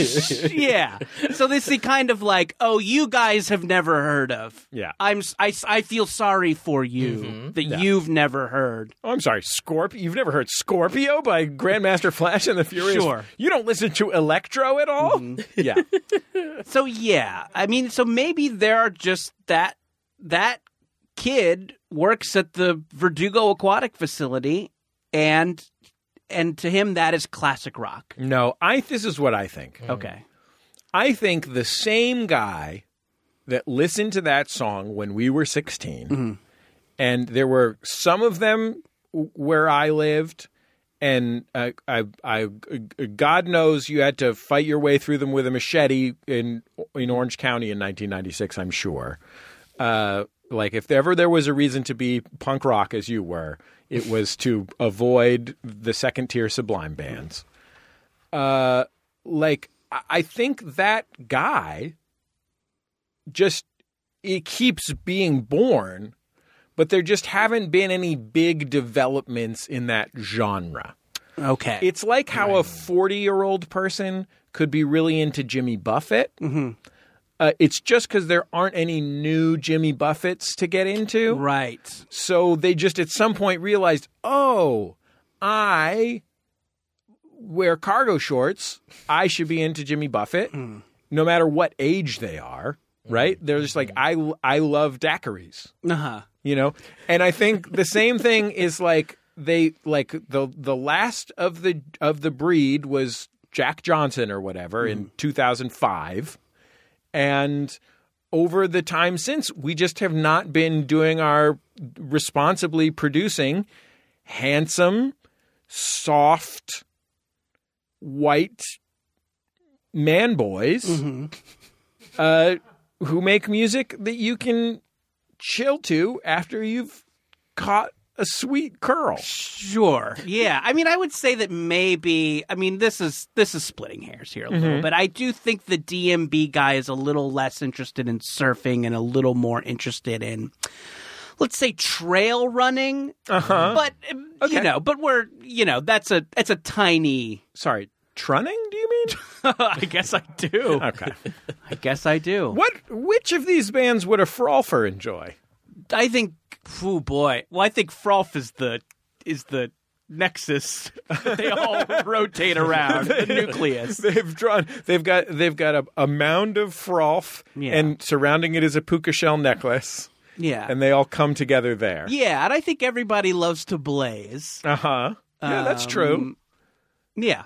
S3: yeah. So this is kind of like, oh, you guys have never heard of.
S1: Yeah.
S3: I'm. s- I, s- I feel sorry for you that you've never heard.
S1: oh, I'm sorry, Scorp. You've never heard Scorpio by Grandmaster Flash and the Furious?
S3: Sure. Mm-hmm.
S1: You don't listen to Electro at all? Yeah.
S3: So yeah, I mean, so maybe there are just that that kid works at the Verdugo Aquatic Facility, and and to him that is classic rock.
S1: No, I. This is what I think.
S3: Okay.
S1: I think the same guy that listened to that song when we were 16, and there were some of them w- where I lived, and uh, I, I, uh, God knows you had to fight your way through them with a machete in in Orange County in 1996. I'm sure. Uh, like if ever there was a reason to be punk rock as you were, it was to avoid the second tier Sublime bands uh, like I- I think that guy just it keeps being born, but there just haven't been any big developments in that genre.
S3: Okay.
S1: It's like how a 40 year old person could be really into Jimmy Buffett. Uh, it's just because there aren't any new Jimmy Buffets to get into.
S3: right.
S1: So they just at some point realized, oh, I wear cargo shorts. I should be into Jimmy Buffett, no matter what age they are. Right? They're just like, I I love daiquiris
S3: Uh huh.
S1: you know and i think the same thing is like they like the the last of the of the breed was jack johnson or whatever in 2005 and over the time since we just have not been doing our responsibly producing handsome soft white man boys uh, who make music that you can chill to after you've caught a sweet curl.
S3: Sure. Yeah. I mean, I would say that maybe. I mean, this is this is splitting hairs here a little, but I do think the DMB guy is a little less interested in surfing and a little more interested in, let's say, trail running.
S1: Uh-huh.
S3: But um,
S1: Okay.
S3: you know, but we're you know that's a that's a tiny.
S1: Sorry, trunning, do you mean?
S3: I guess I do.
S1: Okay.
S3: I guess I do.
S1: what which of these bands would a frolfer enjoy?
S3: I think. Oh boy. Well, I think Froth is the is the nexus. that they all rotate around the nucleus.
S1: They've drawn they've got they've got a, a mound of froth
S3: Yeah.
S1: and surrounding it is a puka shell necklace
S3: Yeah.
S1: and they all come together there.
S3: Yeah, and I think everybody loves to blaze.
S1: Uh-huh. Yeah, that's true.
S3: Um, Yeah.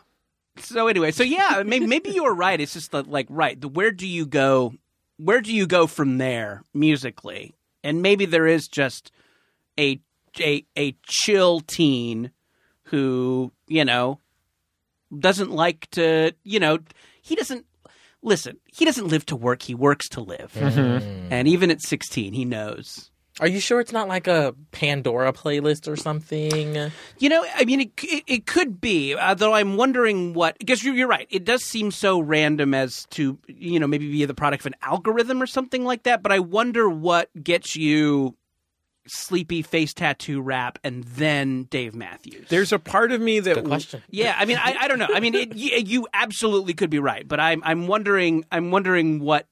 S3: So anyway, so yeah, maybe, maybe you were right. It's just that, like right, the, where do you go? Where do you go from there musically? And maybe there is just a a a chill teen who you know doesn't like to you know he doesn't listen. He doesn't live to work. He works to live. And even at sixteen, he knows
S4: Are you sure it's not like a Pandora playlist or something?
S3: You know, I mean, it it, it could be, although I'm wondering what because you're, you're right. It does seem so random as to you know maybe be the product of an algorithm or something like that. But I wonder what gets you sleepy face tattoo rap and then Dave Matthews.
S1: There's a part of me that
S4: Good question.
S3: yeah, I mean, I, I don't know. I mean, it, you, you absolutely could be right, but I'm I'm wondering I'm wondering what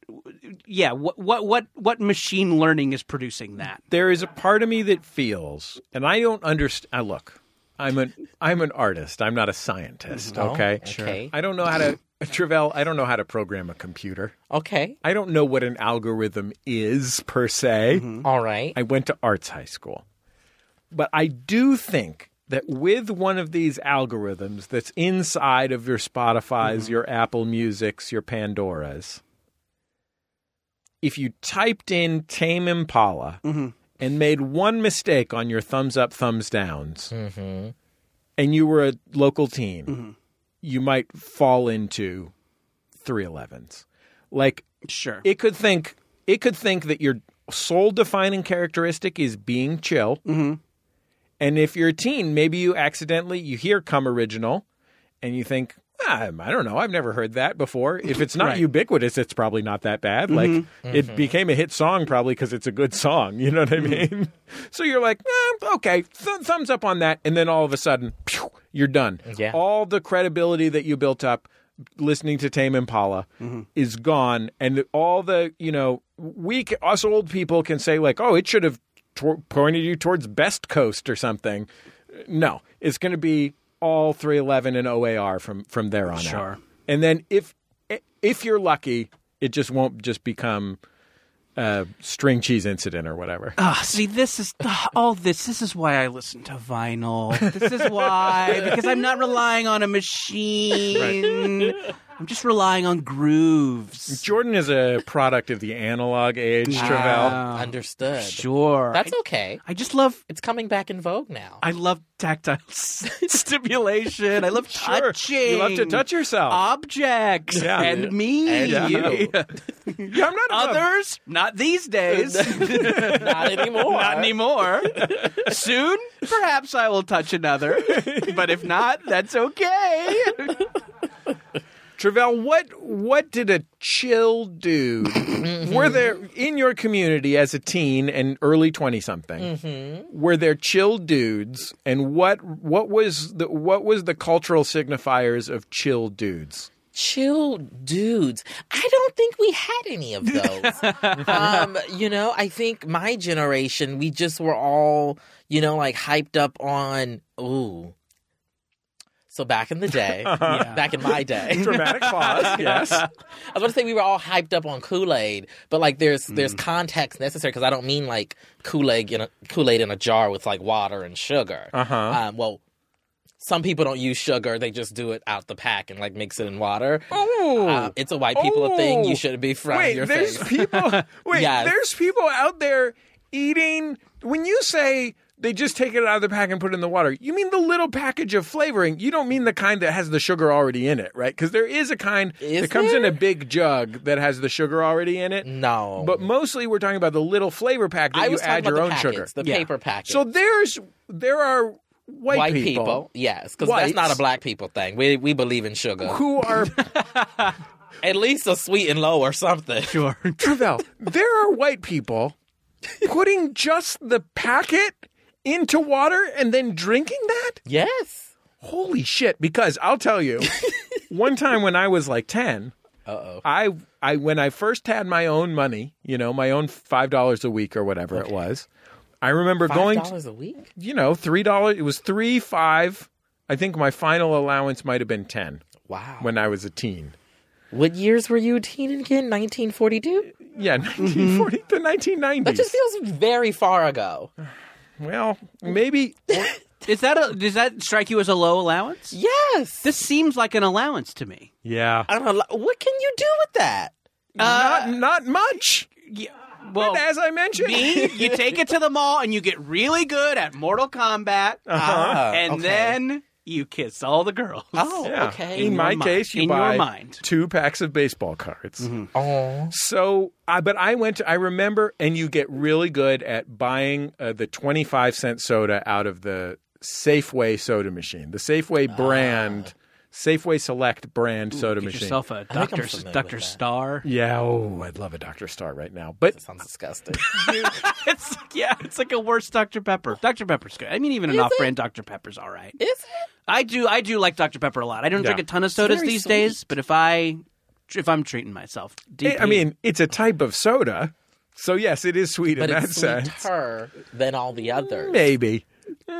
S3: yeah what what what what machine learning is producing that.
S1: there is a part of me that feels, and I don't understand. Look, I'm an I'm an artist. I'm not a scientist. Oh,
S4: No,
S1: okay,
S4: Sure. okay.
S1: I don't know how to Travell. I don't know how to program a computer.
S4: Okay.
S1: I don't know what an algorithm is per se.
S4: All right.
S1: I went to arts high school, but I do think that with one of these algorithms that's inside of your Spotify's, your Apple Music's, your Pandora's, if you typed in Tame Impala and made one mistake on your thumbs up, thumbs downs, and you were a local teen, you might fall into 311s. Like,
S3: Sure.
S1: it could think it could think that your sole defining characteristic is being chill. And if you're a teen, maybe you accidentally you hear come original and you think, Um, I don't know. I've never heard that before. If it's not
S3: Right.
S1: ubiquitous, it's probably not that bad. Like it became a hit song probably because it's a good song. You know what I mean? so you're like, eh, okay, th- thumbs up on that, and then all of a sudden, phew, you're done.
S4: Yeah.
S1: All the credibility that you built up listening to Tame Impala is gone, and all the you know, we c- us old people can say like, oh, it should have tor- pointed you towards Best Coast or something. No, it's going to be all 311 and OAR from from there on out.
S3: Sure.
S1: And then if if you're lucky, it just won't just become a string cheese incident or whatever.
S3: Ah, see, this is ah, all this. This is why I listen to vinyl. This is why because I'm not relying on a machine. I'm just relying on grooves.
S1: Jordan is a product of the analog age, Travell.
S3: Ah,
S4: Understood.
S3: sure.
S4: That's
S3: I,
S4: okay.
S3: I just love.
S4: It's coming back in vogue now.
S3: I love tactile stimulation. I love
S1: Sure.
S3: touching.
S1: You love to touch yourself.
S3: objects
S1: Yeah.
S3: and me.
S4: And you.
S1: yeah, I'm not above-
S3: Others, not these days.
S4: Not anymore.
S3: Not anymore. Soon, perhaps I will touch another. But if not, that's okay.
S1: Travell, what what did a chill dude were there in your community as a teen and early twenty something? Were there chill dudes, and what what was the what was the cultural signifiers of chill dudes?
S4: chill dudes. I don't think we had any of those. um, you know, I think my generation, we just were all, you know, like hyped up on, ooh. So back in the day, back in my day,
S1: Dramatic pause. Yes.
S4: I was about to say we were all hyped up on Kool Aid, but like there's
S1: Hmm.
S4: there's context necessary because I don't mean like Kool Aid in a Kool Aid in a jar with like water and sugar. Uh-huh. Um, well, some people don't use sugar; they just do it out the pack and like mix it in water.
S1: Ooh.
S4: Uh, it's a white people thing. You shouldn't be from
S1: Wait,
S4: your
S1: there's
S4: face.
S1: people. Wait,
S4: Yes.
S1: there's people out there eating. When you say they just take it out of the pack and put it in the water, you mean the little package of flavoring. You don't mean the kind that has the sugar already in it, right? Because there is a kind
S4: Is
S1: that comes in
S4: there?
S1: a big jug that has the sugar already in it.
S4: No,
S1: But mostly, we're talking about the little flavor pack that
S4: I
S1: you
S4: was
S1: add
S4: talking
S1: your
S4: about
S1: own
S4: the
S1: sugar.
S4: packets, the
S3: Yeah.
S4: paper packet.
S1: so there's there are white,
S4: white people, yes, because
S1: Whites.
S4: that's not a black people thing. We we believe in sugar,
S1: who are
S4: at least a sweet and low or something.
S3: Sure.
S1: Travell, there are white people putting just the packet into water and then drinking that?
S4: Yes.
S1: Holy shit, because I'll tell you, one time when I was like 10,
S4: Uh oh.
S1: I I when I first had my own money, you know, my own $5 a week or whatever it was, I remember
S4: Five
S1: going to,
S4: dollars a week.
S1: you know, $3, it was 3 5. I think my final allowance might have been 10
S4: Wow.
S1: when I was a teen.
S4: What years were you a teen again? 1942?
S1: Yeah, 1940 to 1990.
S4: Mm-hmm. That just feels very far ago.
S1: well, maybe
S3: Is that a, does that strike you as a low allowance?
S4: Yes.
S3: This seems like an allowance to me.
S1: Yeah.
S4: I don't know. What can you do with that?
S1: not not much.
S3: Well,
S1: as I mentioned,
S3: Oh. me, you take it to the mall and you get really good at Mortal Kombat,
S1: Uh-huh.
S3: uh,
S4: Ah,
S3: and
S4: okay.
S3: then you kiss all the girls.
S4: Oh,
S1: Yeah.
S4: okay.
S1: In my
S3: your mind.
S1: case, you
S3: In your
S1: buy
S3: mind. Mm-hmm.
S1: two packs of baseball cards.
S4: Oh.
S1: So, I but I went. To, I remember, and you get really good at buying uh, the twenty-five cent soda out of the Safeway soda machine, the Safeway brand, Safeway Select brand soda
S3: Ah. Get
S1: machine.
S3: yourself a
S4: I'm
S3: Doctor
S4: familiar
S3: Doctor
S4: with that.
S3: Star.
S1: yeah, oh, I'd love a Dr. Star right now. But
S4: That sounds disgusting.
S3: it's yeah, it's like a worse Dr Pepper. Dr Pepper's good. I mean, even an off-brand Dr Pepper's all right.
S4: Is it?
S3: I do I do like Dr Pepper a lot. I don't drink
S1: Yeah.
S3: a ton of sodas
S4: very
S3: these
S4: sweet.
S3: days, but if I if I'm treating myself, DP,
S1: Eh, I mean, it's a type of soda, so yes, it is sweet
S4: But
S1: in
S4: it's
S1: that sense.
S4: sweeter than all the others.
S1: Maybe,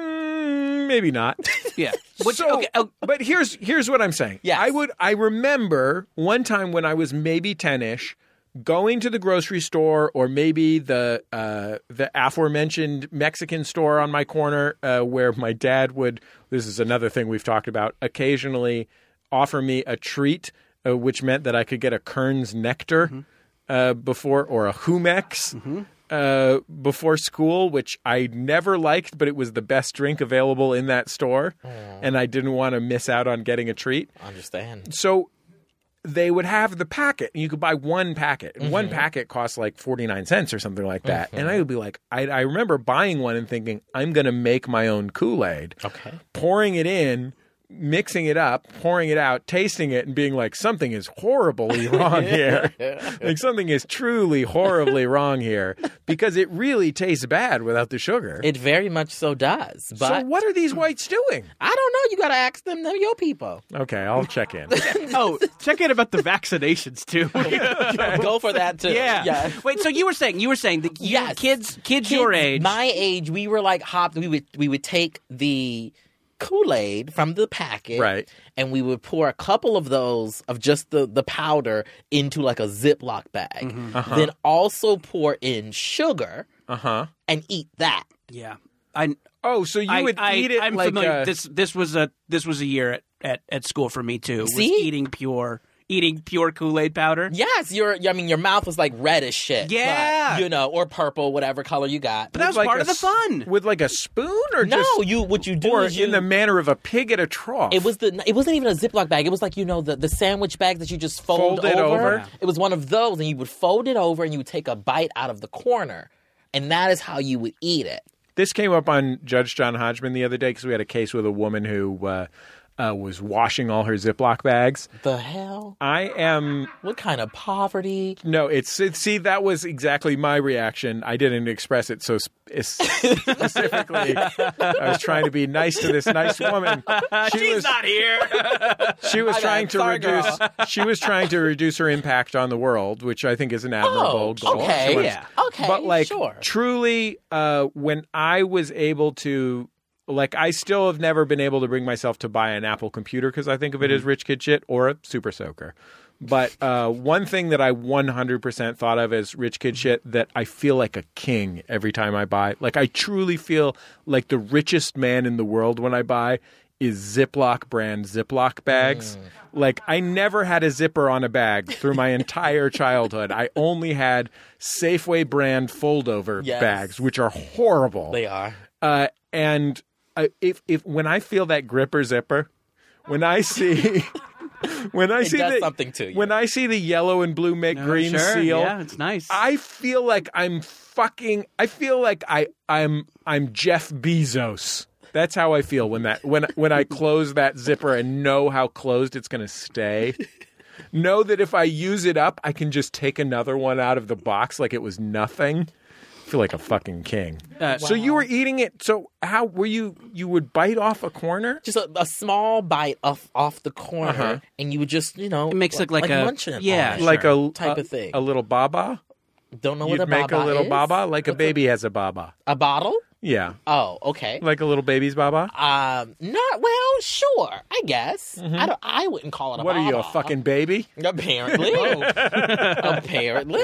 S1: Mm, maybe not.
S3: yeah. Which,
S1: So-
S3: okay, oh,
S1: but here's here's what I'm saying.
S4: Yes.
S1: I would I remember one time when I was maybe 10ish going to the grocery store or maybe the uh, the aforementioned Mexican store on my corner uh, where my dad would this is another thing we've talked about occasionally offer me a treat uh, which meant that I could get a Kern's nectar uh, before or a Humex uh, before school, which I never liked, but it was the best drink available in that store, and I didn't want to miss out on getting a treat.
S4: Understand.
S1: So they would have the packet, and you could buy one packet.
S3: Mm-hmm.
S1: And One packet costs like forty nine cents or something like that. And I would be like, I, I remember buying one and thinking, I'm going to make my own Kool Aid,
S4: Okay.
S1: pouring it in. mixing it up, pouring it out, tasting it, and being like, something is horribly wrong here. like something is truly horribly wrong here because it really tastes bad without the sugar.
S4: It very much so does. But
S1: so what are these whites doing?
S4: I don't know. You got to ask them, them, your people.
S1: Okay, I'll check in.
S3: Oh, check in about the vaccinations too.
S4: Go for that, too.
S3: yeah. Wait. So you were saying you were saying that you,
S4: Yes.
S3: kids, kids
S4: Kids
S3: your age.
S4: My age, we were like hopped. We would, we would take the Kool Aid from the packet.
S1: Right.
S4: And we would pour a couple of those of just the, the powder into like a Ziploc bag.
S3: Mm-hmm.
S4: Then also pour in sugar
S1: Uh
S3: Uh-huh.
S1: huh.
S4: and eat that.
S3: yeah. I
S1: Oh, so you
S3: I,
S1: would
S3: I,
S1: eat it
S3: I'm
S1: like uh,
S3: familiar.
S1: a-
S3: This this was a this was a year at, at, at school for me too. Was
S4: See?
S3: eating pure eating pure Kool Aid powder.
S4: Yes, your I mean your mouth was like red as shit.
S3: Yeah.
S4: but, you know, or purple, whatever color you got.
S3: But that was
S1: like
S3: part
S1: a
S3: of the
S1: s-
S3: fun.
S1: with like a spoon or
S4: no,
S1: just
S4: you what you do
S1: or
S4: is you,
S1: in the manner of a pig at a trough.
S4: it was the it wasn't even a Ziploc bag. It was like you know the, the sandwich bag that you just fold,
S1: Fold it over. Yeah.
S4: It was one of those, and you would fold it over, and you would take a bite out of the corner, and that is how you would eat it.
S1: This came up on Judge John Hodgman the other day because we had a case with a woman who uh, uh, was washing all her Ziploc bags.
S4: The hell?
S1: I am
S4: What kind of poverty?
S1: no, it's it, see that was exactly my reaction. I didn't express it so sp- es- specifically. I was trying to be nice to this nice woman. She was
S3: here.
S1: she was
S4: bad.
S1: trying to
S4: Sorry,
S1: reduce she was trying to reduce her impact on the world, which I think is an admirable
S4: Oh,
S1: goal.
S4: okay,
S1: She wants-
S3: yeah.
S4: okay,
S1: but like
S4: sure.
S1: truly uh when i was able to like i still have never been able to bring myself to buy an apple computer because i think of it
S4: Mm-hmm.
S1: as rich kid shit or a super soaker but uh, one thing that I 100% thought of as rich kid shit
S4: Mm-hmm.
S1: that I feel like a king every time I buy. Like, I truly feel like the richest man in the world when I buy is Ziploc brand Ziploc
S4: Mm.
S1: bags. Like, I never had a zipper on a bag through my entire childhood. I only had Safeway brand foldover
S4: Yes.
S1: bags, which are horrible.
S4: They are.
S1: Uh, and I, if if when I feel that gripper zipper, when I see when I see
S4: does
S1: the,
S4: something to you.
S1: when I see the yellow and blue make green
S3: sure.
S1: seal,
S3: Yeah, it's nice.
S1: I feel like I'm fucking. I feel like I I'm I'm Jeff Bezos. That's how I feel when that when when I close that zipper and know how closed it's going to stay. Know that if I use it up, I can just take another one out of the box like it was nothing. I feel like a fucking king.
S3: Uh,
S1: So you were eating it. So how were you? You would bite off a corner.
S4: Just a, a small bite off off the corner, and you would just you know
S3: It makes it like a-
S4: munching
S3: yeah.
S4: on it.
S1: Uh-huh. like a
S4: Type
S1: a-
S4: of thing.
S1: a little baba.
S4: don't know what a
S1: You'd make
S4: baba
S1: a little
S4: is.
S1: baba, like a baby has a baba.
S4: a bottle.
S1: Yeah,
S4: Oh, okay.
S1: like a little baby's baba.
S4: Um, not well. Sure, I guess. I don't. I wouldn't call it a.
S1: Mm-hmm. What are you, a
S4: baba.
S1: fucking baby?
S4: Apparently. Apparently.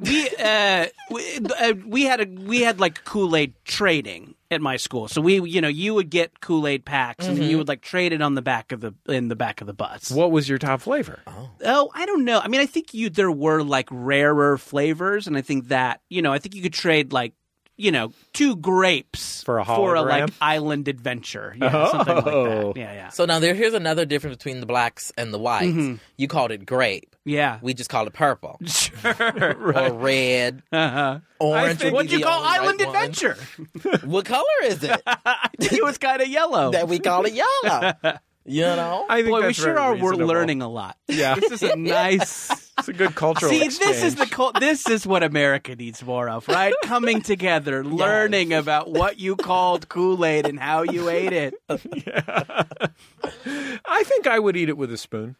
S3: we uh, we, uh, we had a we had like Kool Aid trading at my school. So we you know you would get Kool Aid packs
S1: Mm-hmm.
S3: and then you would like trade it on the back of the in the back of the bus.
S1: What was your top flavor?
S3: Oh, I don't know. I mean, I think you there were like rarer flavors, and I think that you know I think you could trade like. You know, two grapes
S1: For a
S3: like
S1: hologram?
S3: island adventure, yeah, something like
S1: Oh.
S3: that. Yeah, yeah,
S4: So now there, here's another difference between the blacks and the whites.
S1: Mm-hmm.
S4: You called it grape.
S3: yeah.
S4: We just call it purple
S3: sure.
S4: or red.
S3: Uh-huh.
S4: Orange.
S1: think-
S4: would
S3: What'd
S4: be
S3: you
S4: the
S3: call
S4: only
S3: Island
S4: right one.
S3: Adventure?
S4: What color is it
S3: it was kind of yellow.
S4: that we call it yellow? You know.
S1: I think
S3: Boy, we
S1: that's
S3: sure
S1: very
S3: are. We're
S1: reasonable.
S3: learning a lot.
S1: Yeah.
S3: this is a nice.
S1: It's a good cultural.
S3: See,
S1: exchange.
S3: this is the cul- this is what America needs more of, right? Coming together, learning about what you called Kool Aid and how you ate it.
S1: I think I would eat it with a spoon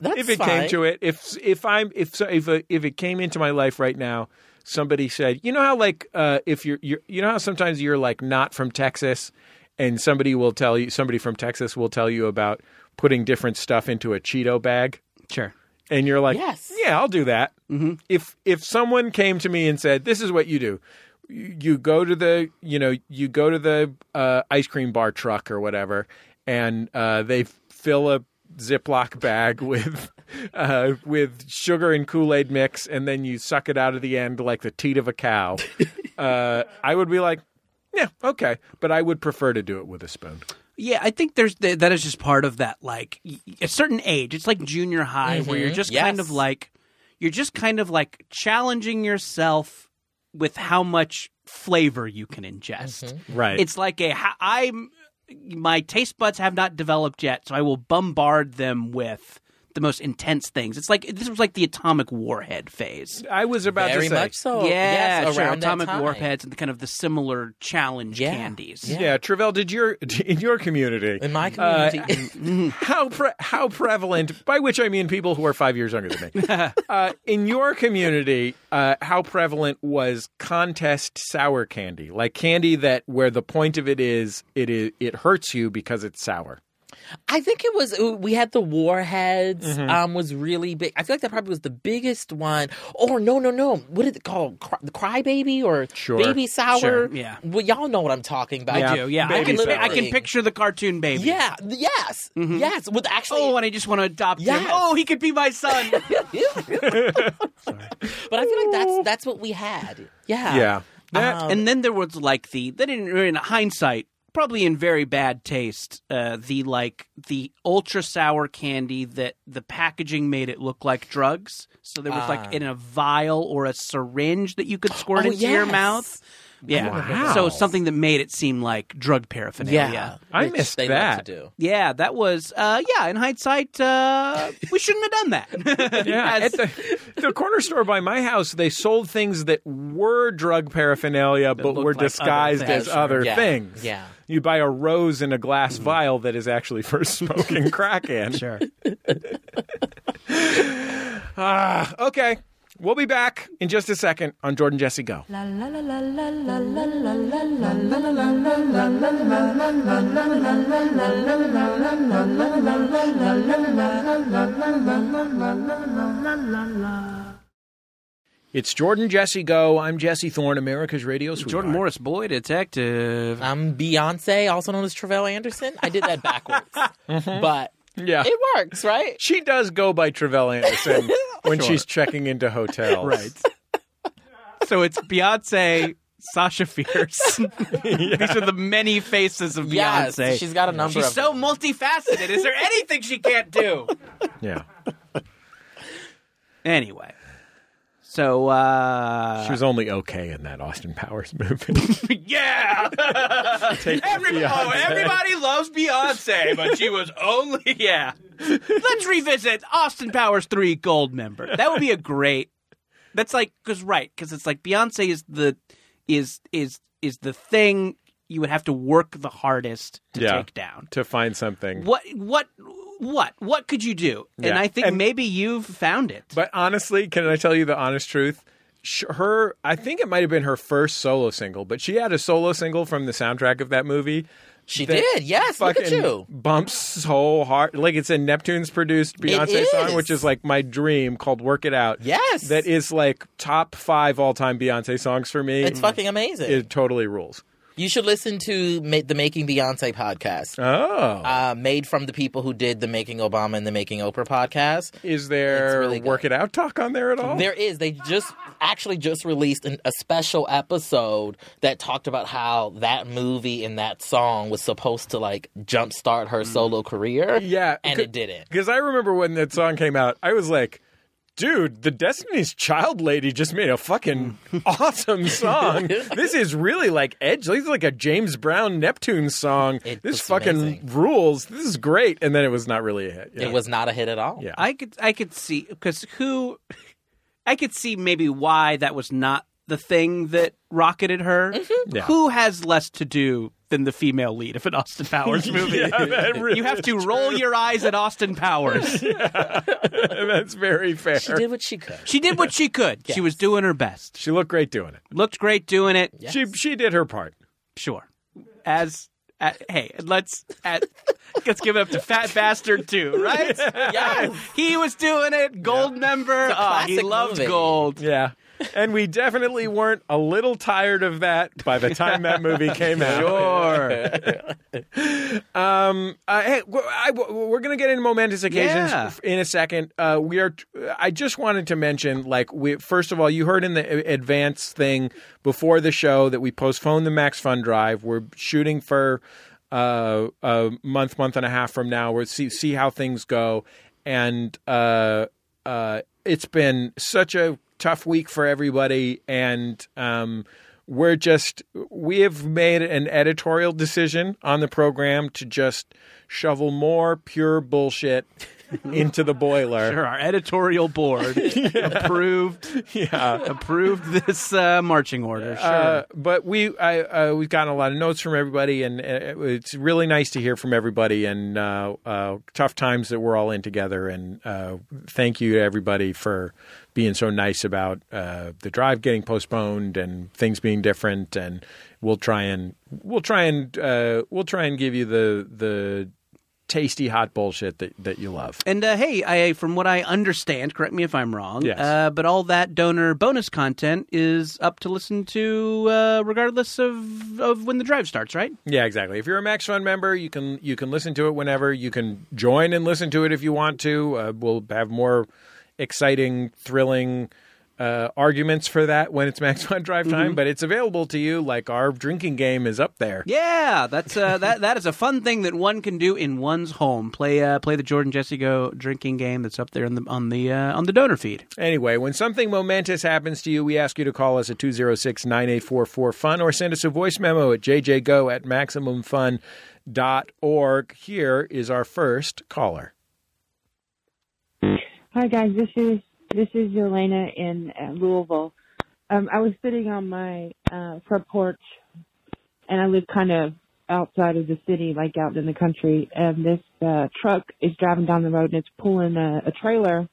S4: That's
S1: if it
S4: fine.
S1: came to it. If if I'm if so- if uh, if it came into my life right now, somebody said, you know how like uh, if you're, you're you know how sometimes you're like not from Texas, and somebody will tell you somebody from Texas will tell you about putting different stuff into a Cheeto bag.
S3: Sure.
S1: and you're like,
S4: Yes.
S1: yeah, I'll do that. Mm-hmm. If if someone came to me and said, this is what you do, you, you go to the you know you go to the uh, ice cream bar truck or whatever, and uh, they fill a Ziploc bag with. Uh, with sugar and Kool Aid mix, and then you suck it out at the end like the teat of a cow. uh, I would be like, yeah, okay, but I would prefer to do it with a spoon.
S3: Yeah, I think there's th- that is just part of that. Like y- a certain age, it's like junior high, where you're just kind
S4: Mm-hmm. Yes.
S3: of like you're just kind of like challenging yourself with how much flavor you can ingest.
S4: Mm-hmm.
S1: Right.
S3: It's like a ho- I'm my taste buds have not developed yet, so I will bombard them with the most intense things. It's like this was like the atomic warhead phase.
S1: I was about to
S4: Very
S1: say.
S4: much so.
S3: yeah,
S4: Oh, yes,
S3: sure.
S4: around that
S3: Atomic
S4: time.
S3: warheads and the kind of the similar challenge
S4: Yeah.
S3: candies.
S1: Yeah.
S4: Yeah.
S1: Travell, did your in your community
S4: In my
S1: uh,
S4: community,
S1: how pre- how prevalent? By which I mean people who are five years younger than me. uh, in your community, uh, how prevalent was contest sour candy, like candy that where the point of it is it is it hurts you because it's sour.
S4: I think it was we had the warheads
S3: Mm-hmm.
S4: um was really big. I feel like that probably was the biggest one. Or no, no, no. What is it called? Cry, the crybaby or
S1: Sure.
S4: baby sour?
S1: Sure,
S3: yeah.
S4: Well, y'all know what I'm talking about.
S1: Yeah.
S3: I do, yeah. I
S1: Baby
S3: can
S1: sour.
S3: I can picture the cartoon baby.
S4: Yeah. Yes. Yes. With actually.
S3: Oh, and I just want to adopt him.
S4: Yes.
S3: Oh, he could be my son.
S4: but I feel like that's that's what we had. Yeah.
S1: yeah, That-
S4: Um,
S3: and then there was like the they didn't in hindsight probably in very bad taste uh, the like the ultra sour candy that the packaging made it look like drugs so there was
S4: Ah.
S3: like in a vial or a syringe that you could squirt
S4: Oh,
S3: into your
S4: yes.
S3: mouth yeah
S1: Wow.
S3: so something that made it seem like drug paraphernalia
S4: Yeah.
S1: I
S4: Which
S1: missed
S4: they
S1: that.
S4: Love to do.
S3: Yeah, that was uh, yeah. In hindsight, uh, we shouldn't have done that.
S1: yeah. At
S3: As-
S1: the, the corner store by my house, they sold things that were drug paraphernalia, but
S3: looked
S1: were
S3: like other
S1: disguised
S3: things.
S1: as other
S4: Yeah.
S1: things.
S4: Yeah.
S1: You buy a rose in a glass vial that is actually for smoking crack in.
S3: Mm. sure.
S1: Ah, okay. We'll be back in just a second on Jordan Jesse Go.
S2: La la la la la la la la la la.
S1: It's Jordan Jesse Go. I'm Jesse Thorne, America's radio sweetheart.
S3: Jordan Morris, boy detective.
S4: I'm Um, Beyonce, also known as Travell Anderson. I did that backwards,
S3: Mm-hmm.
S4: but
S1: Yeah.
S4: it works, right?
S1: She does go by Travell Anderson when she's checking into hotels.
S3: Right. so it's Beyonce, Sasha Fierce. These are the many faces of
S4: Yes,
S3: Beyonce.
S4: she's got a number.
S3: She's
S4: of
S3: so multifaceted. Is there anything she can't do?
S1: Yeah.
S3: Anyway. So uh
S1: She was only okay in that Austin Powers movie.
S3: yeah. Every- oh,
S1: Beyonce.
S3: everybody loves Beyonce, but she was only yeah. Let's revisit Austin Powers 3 gold member. That would be a great. That's like cuz right, cuz it's like Beyonce is the is is is the thing you would have to work the hardest to
S1: Yeah.
S3: take down.
S1: to find something.
S3: What what what what could you do? And
S1: Yeah.
S3: I think
S1: And-
S3: maybe you've found it.
S1: But honestly, can I tell you the honest truth? Sh- Her, I think it might have been her first solo single, but she had a solo single from the soundtrack of that movie.
S4: She
S1: that
S4: did. Yes. Look at
S1: fucking
S4: you.
S1: Bumps so hard. Like it's a Neptune's produced Beyonce
S4: is.
S1: song, which is like my dream called Work It Out.
S4: Yes.
S1: That is like top five all time Beyonce songs for me.
S4: It's fucking amazing.
S1: It totally rules.
S4: you should listen to ma- the Making Beyonce podcast,
S1: Oh.
S4: uh, made from the people who did the Making Obama and the Making Oprah podcast.
S1: is there
S4: really good.
S1: Work It Out talk on there at all?
S4: There is. They just actually just released an, a special episode that talked about how that movie and that song was supposed to like jumpstart her solo career.
S1: Yeah,
S4: and
S1: c-
S4: it didn't.
S1: Because I remember when that song came out, I was like, dude, the Destiny's Child lady just made a fucking awesome song. This is really like Edge. This is like a James Brown Neptune song.
S4: It
S1: this
S4: was
S1: fucking
S4: amazing.
S1: rules. This is great. And then it was not really a hit. Yeah.
S4: It was not a hit at all.
S1: Yeah.
S3: I could I could see because who I could see maybe why that was not the thing that rocketed her.
S1: Yeah.
S3: Who has less to do than the female lead of an Austin Powers movie?
S1: Yeah, that really
S3: you have to roll your eyes at Austin Powers.
S1: That's very fair.
S4: She did what she could.
S3: She did what she could. She was doing her best.
S1: She looked great doing it.
S3: Looked great doing it.
S4: Yes.
S1: She she did her part.
S3: Sure. As a- hey, let's at, let's give it up to Fat Bastard too, right?
S4: Yes.
S3: He was doing it. Gold member. Ah, he
S4: classic
S3: loved
S4: movie.
S3: gold.
S1: Yeah. And we definitely weren't a little tired of that by the time that movie came out.
S3: Sure.
S1: Um, uh, hey, we're, I, we're gonna get into momentous occasions
S3: Yeah.
S1: f- in a second. Uh, we are. I just wanted to mention, like, we first of all, you heard in the a- advance thing before the show that we postponed the Max Fund Drive. We're shooting for uh, a month, month and a half from now. We'll see see how things go, and uh, uh, it's been such a tough week for everybody, and um. we're just we have made an editorial decision on the program to just shovel more pure bullshit into the boiler.
S3: Sure, our editorial board approved uh,
S1: Yeah.
S3: approved this uh, marching order. Sure.
S1: Uh, but we I, uh, we've gotten a lot of notes from everybody, and uh, it's really nice to hear from everybody. And uh, uh, tough times that we're all in together. And uh, thank you to everybody for being so nice about uh, the drive getting postponed and things being different. And we'll try and we'll try and uh, we'll try and give you the the tasty hot bullshit that, that you love.
S3: And uh, hey, I, from what I understand, correct me if I'm wrong,
S1: Yes.
S3: uh, but all that donor bonus content is up to listen to uh, regardless of, of when the drive starts, right?
S1: Yeah, exactly. If you're a Max Fun member, you can you can listen to it whenever. You can join and listen to it if you want to. Uh, we'll have more exciting, thrilling uh, arguments for that when it's Max Fun Drive time. But it's available to you. Like our drinking game is up there.
S3: Yeah, that's uh, that that is a fun thing that one can do in one's home. Play uh, play the Jordan Jesse Go drinking game that's up there on the on the uh, on the donor feed.
S1: Anyway, when something momentous happens to you, we ask you to call us at 206 9844 FUN or send us a voice memo at jjgo at maximumfun.org. Here is our first caller.
S5: Hi guys, this is this is Elena in uh, Louisville. Um, I was sitting on my uh, front porch, and I live kind of outside of the city, like out in the country. And this uh, truck is driving down the road, and it's pulling a, a trailer,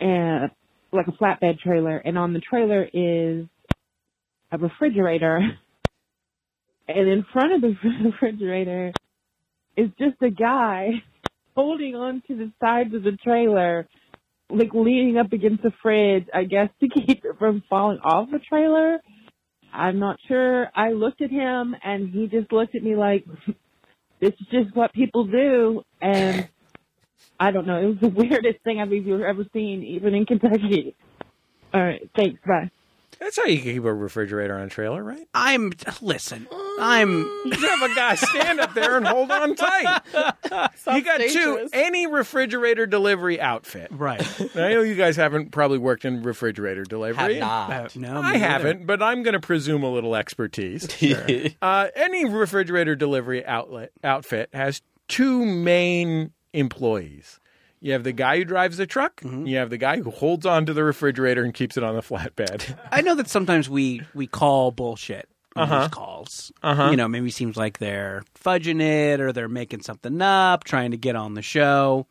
S5: and like a flatbed trailer. And on the trailer is a refrigerator, and in front of the refrigerator is just a guy holding on to the sides of the trailer like leaning up against the fridge, I guess to keep it from falling off the trailer. I'm not sure. I looked at him and he just looked at me like, this is just what people do. And I don't know. It was the weirdest thing I've ever ever seen, even in Kentucky. All right. Thanks. Bye.
S1: That's how you keep a refrigerator on a trailer, right?
S3: I'm listen. I'm
S1: You should have a guy stand up there and hold on tight. you got two
S4: dangerous.
S1: any refrigerator delivery outfit.
S3: right. Uh,
S1: Now, I know you guys haven't probably worked in refrigerator
S4: Have
S1: delivery.
S4: not.
S3: No, me
S1: I
S3: neither.
S1: haven't, but I'm going to presume a little expertise. uh, any refrigerator delivery outlet outfit has two main employees. You have the guy who drives the truck. You have the guy who holds on to the refrigerator and keeps it on the flatbed.
S3: I know that sometimes we we call bullshit on
S1: Uh-huh.
S3: these calls. You know, maybe it seems like they're fudging it or they're making something up, trying to get on the show.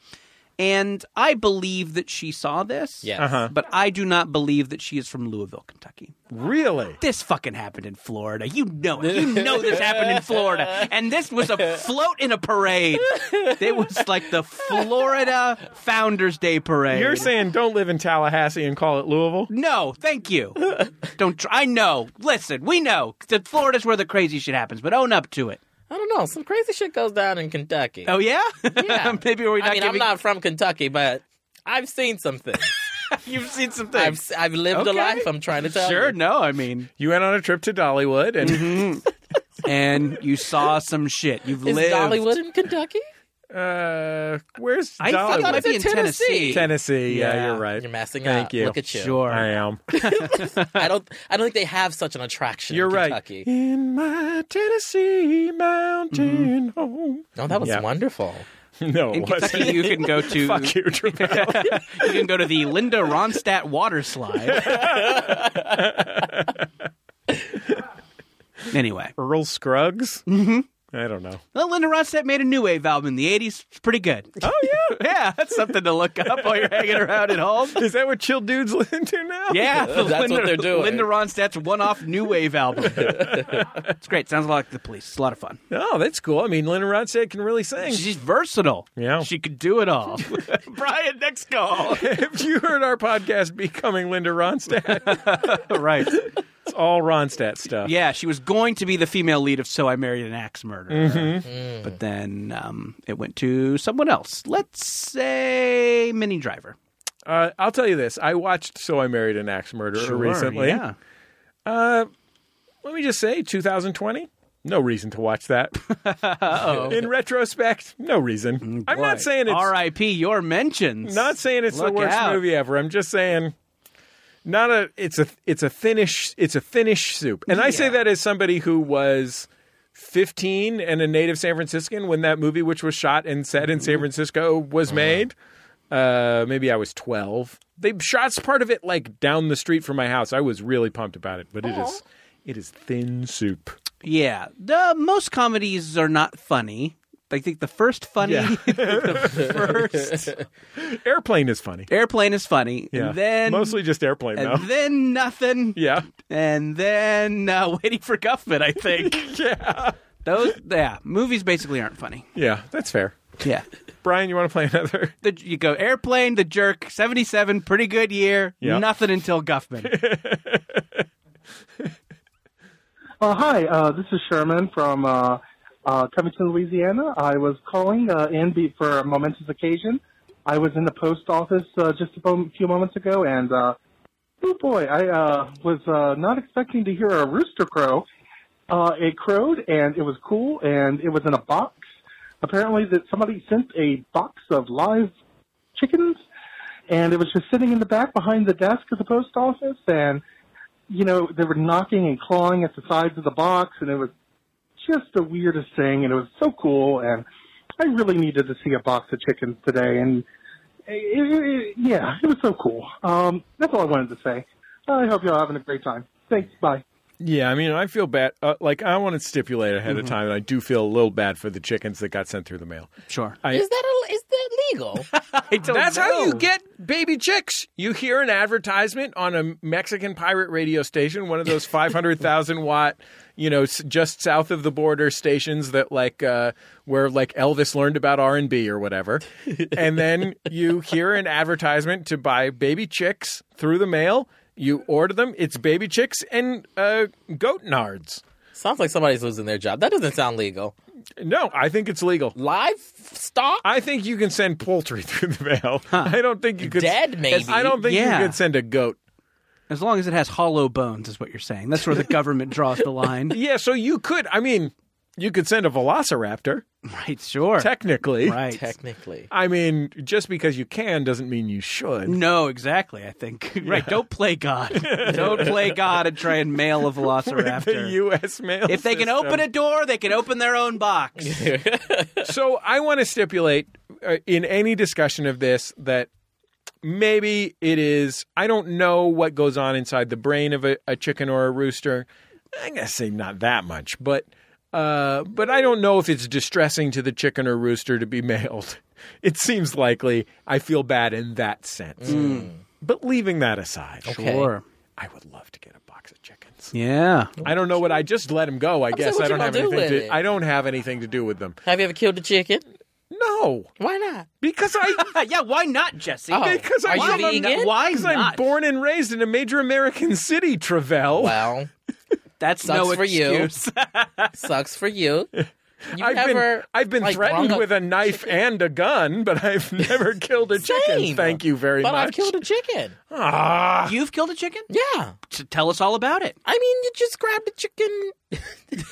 S3: And I believe that she saw this.
S4: Yes. Uh-huh.
S3: But I do not believe that she is from Louisville, Kentucky.
S1: really?
S3: This fucking happened in Florida. You know it. You know this happened in Florida. And this was a float in a parade. It was like the Florida Founders Day parade.
S1: You're saying don't live in Tallahassee and call it Louisville?
S3: No, thank you. Don't try. I know. Listen, we know that Florida's where the crazy shit happens, but own up to it.
S4: I don't know. Some crazy shit goes down in Kentucky.
S3: Oh yeah,
S4: Yeah.
S3: Maybe we're not
S4: I mean,
S3: giving.
S4: I'm not from Kentucky, but I've seen something.
S3: You've seen some
S4: I've
S3: things.
S4: s- I've lived a
S3: Okay.
S4: life. I'm trying to tell
S3: Sure.
S4: you.
S3: No, I mean,
S1: You went on a trip to Dollywood and
S3: and you saw some shit. You've
S4: Is
S3: lived.
S4: Dollywood in Kentucky?
S1: Uh, where's
S3: I thought it
S1: Dollywood?
S3: might be in
S4: It's in
S3: Tennessee.
S4: Tennessee.
S1: Tennessee. Yeah,
S3: Yeah.
S1: you're right.
S4: You're messing
S1: Thank
S4: up.
S1: you.
S4: Look at you.
S3: Sure.
S1: I am.
S4: I don't. I don't think they have such an attraction.
S1: You're
S4: in
S1: right.
S4: Kentucky.
S1: In my Tennessee mountain home.
S4: No, that was
S1: Yeah.
S4: wonderful.
S1: No, it
S3: In
S1: wasn't.
S3: Kentucky, you can go to
S1: Fuck you, Jamel.
S3: you can go to the Linda Ronstadt water slide. anyway,
S1: Earl Scruggs. Mm-hmm. I don't know.
S3: well, Linda Ronstadt made a new wave album in the '80s. It's pretty good.
S1: Oh yeah,
S3: Yeah, that's something to look up while you're hanging around at home.
S1: is that what chill dudes listen to now?
S3: Yeah,
S4: That's what they're doing.
S3: Linda Ronstadt's one-off new wave album. it's great. Sounds a lot like the Police. It's a lot of fun.
S1: Oh, that's cool. I mean, Linda Ronstadt can really sing.
S3: She's versatile.
S1: Yeah.
S3: she could do it all. Brian, next call.
S1: Have you heard our podcast becoming Linda Ronstadt?
S3: right.
S1: it's all Ronstadt stuff.
S3: Yeah, she was going to be the female lead of So I Married an Axe Murderer,
S1: Mm-hmm.
S3: but then um, it went to someone else. Let's say Minnie Driver.
S1: Uh, I'll tell you this. I watched So I Married an Axe Murderer recently.
S3: yeah.
S1: let me just say 2020 no reason to watch that in retrospect no reason i'm
S3: Oh. Mm, Boy,
S1: not saying it's
S3: R.I.P. Your mentions.
S1: not saying it's the
S3: Look
S1: worst
S3: out.
S1: movie ever i'm just saying not a it's a it's a thinnish it's a thinnish soup. And I say that as somebody who was 15 and a native San Franciscan when that movie which was shot and set in
S3: Mm-hmm.
S1: San Francisco was
S3: Uh-huh.
S1: made. Uh maybe I was 12. They shot part of it like down the street from my house. I was really pumped about it, but it is it is thin soup.
S3: Yeah, the, most comedies are not funny. I think the first funny,
S1: Yeah.
S3: the first
S1: Airplane is funny.
S3: airplane is funny,
S1: Yeah.
S3: and then
S1: mostly just airplane
S3: and
S1: though.
S3: then nothing,
S1: yeah.
S3: and then uh, waiting for Guffman. I think
S1: Yeah.
S3: those, yeah, movies basically aren't funny.
S1: Yeah, that's fair.
S3: Yeah,
S1: Brian, you want to play another?
S3: the, you go airplane, the jerk, seventy-seven, pretty good year,
S1: Yeah.
S3: nothing until Guffman.
S6: Uh, hi, uh, this is Sherman from uh, uh, Covington, Louisiana. I was calling uh, in be- for a momentous occasion. I was in the post office uh, just a mo- few moments ago, and uh, oh boy, I uh, was uh, not expecting to hear a rooster crow. Uh, it crowed, and it was cool, and it was in a box. Apparently, that somebody sent a box of live chickens, and it was just sitting in the back behind the desk of the post office, and you know, they were knocking and clawing at the sides of the box, and it was just the weirdest thing, and it was so cool, and I really needed to see a box of chickens today, and it, it, it, yeah, it was so cool. Um, that's all I wanted to say. I hope y'all having a great time. Thanks. Bye.
S1: Yeah, I mean, I feel bad. Uh, like, I want to stipulate ahead of time, and I do feel a little bad for the chickens that got sent through the mail.
S3: sure,
S1: I-
S4: Is that a, is that legal?
S3: I don't
S1: That's how
S3: know.
S1: you get baby chicks. You hear an advertisement on a Mexican pirate radio station, one of those 500,000 watt, you know, s- just south of the border stations that like uh, where like Elvis learned about R&B or whatever. and then you hear an advertisement to buy baby chicks through the mail. You order them. It's baby chicks and uh, goat nards.
S4: Sounds like somebody's losing their job. That doesn't sound legal.
S1: No, I think it's legal.
S4: Live stock,
S1: I think you can send poultry through the mail. I don't think you could
S4: dead maybe.
S1: I don't think
S3: Yeah.
S1: you could send a goat.
S3: as long as it has hollow bones, is what you're saying. That's where the government draws the line,
S1: Yeah, so you could. I mean, you could send a velociraptor,
S3: right? Sure,
S1: technically.
S3: right.
S4: technically.
S1: I mean, just because you can doesn't mean you should.
S3: No, exactly. I think right. Don't play God. don't play God and try and mail a
S1: The
S3: Velociraptor.
S1: U.S. mail.
S3: if they can
S1: system.
S3: open a door, they can open their own box.
S1: so I want to stipulate uh, in any discussion of this that maybe it is. I don't know what goes on inside the brain of a, a chicken or a rooster. I'm gonna say not that much, but uh, but I don't know if it's distressing to the chicken or rooster to be mailed. It seems likely. I feel bad in that sense.
S4: Mm.
S1: But leaving that aside,
S3: Sure.
S1: I would love to get a box of chickens.
S3: Yeah.
S1: I don't know what I just let them go. I guess
S4: what
S1: I
S4: you
S1: don't
S4: gonna
S1: have
S4: do
S1: anything.
S4: with
S1: To,
S4: it?
S1: I don't have anything to do with them.
S4: Have you ever killed a chicken?
S1: No.
S4: Why not?
S1: Because I
S3: Uh, yeah. Why not, Jesse?
S4: Oh.
S1: because
S4: Are
S1: I'm
S4: you
S1: from a-
S4: vegan?
S3: Why
S1: because
S3: not?
S1: I'm born and raised in a major American city, Travell.
S4: Well,
S3: That's
S4: Sucks
S3: no
S4: for you.
S3: excuse.
S4: sucks for you. You
S1: I've
S4: never.
S1: been I've been
S4: like,
S1: threatened
S4: brung
S1: with a knife and a gun, but I've never killed a chicken.
S4: Same.
S1: Thank you very
S4: But
S1: much.
S4: I've killed a chicken.
S1: Ah.
S3: You've killed a chicken.
S4: Yeah.
S3: T- Tell us all about it.
S4: I mean, you just grabbed a chicken.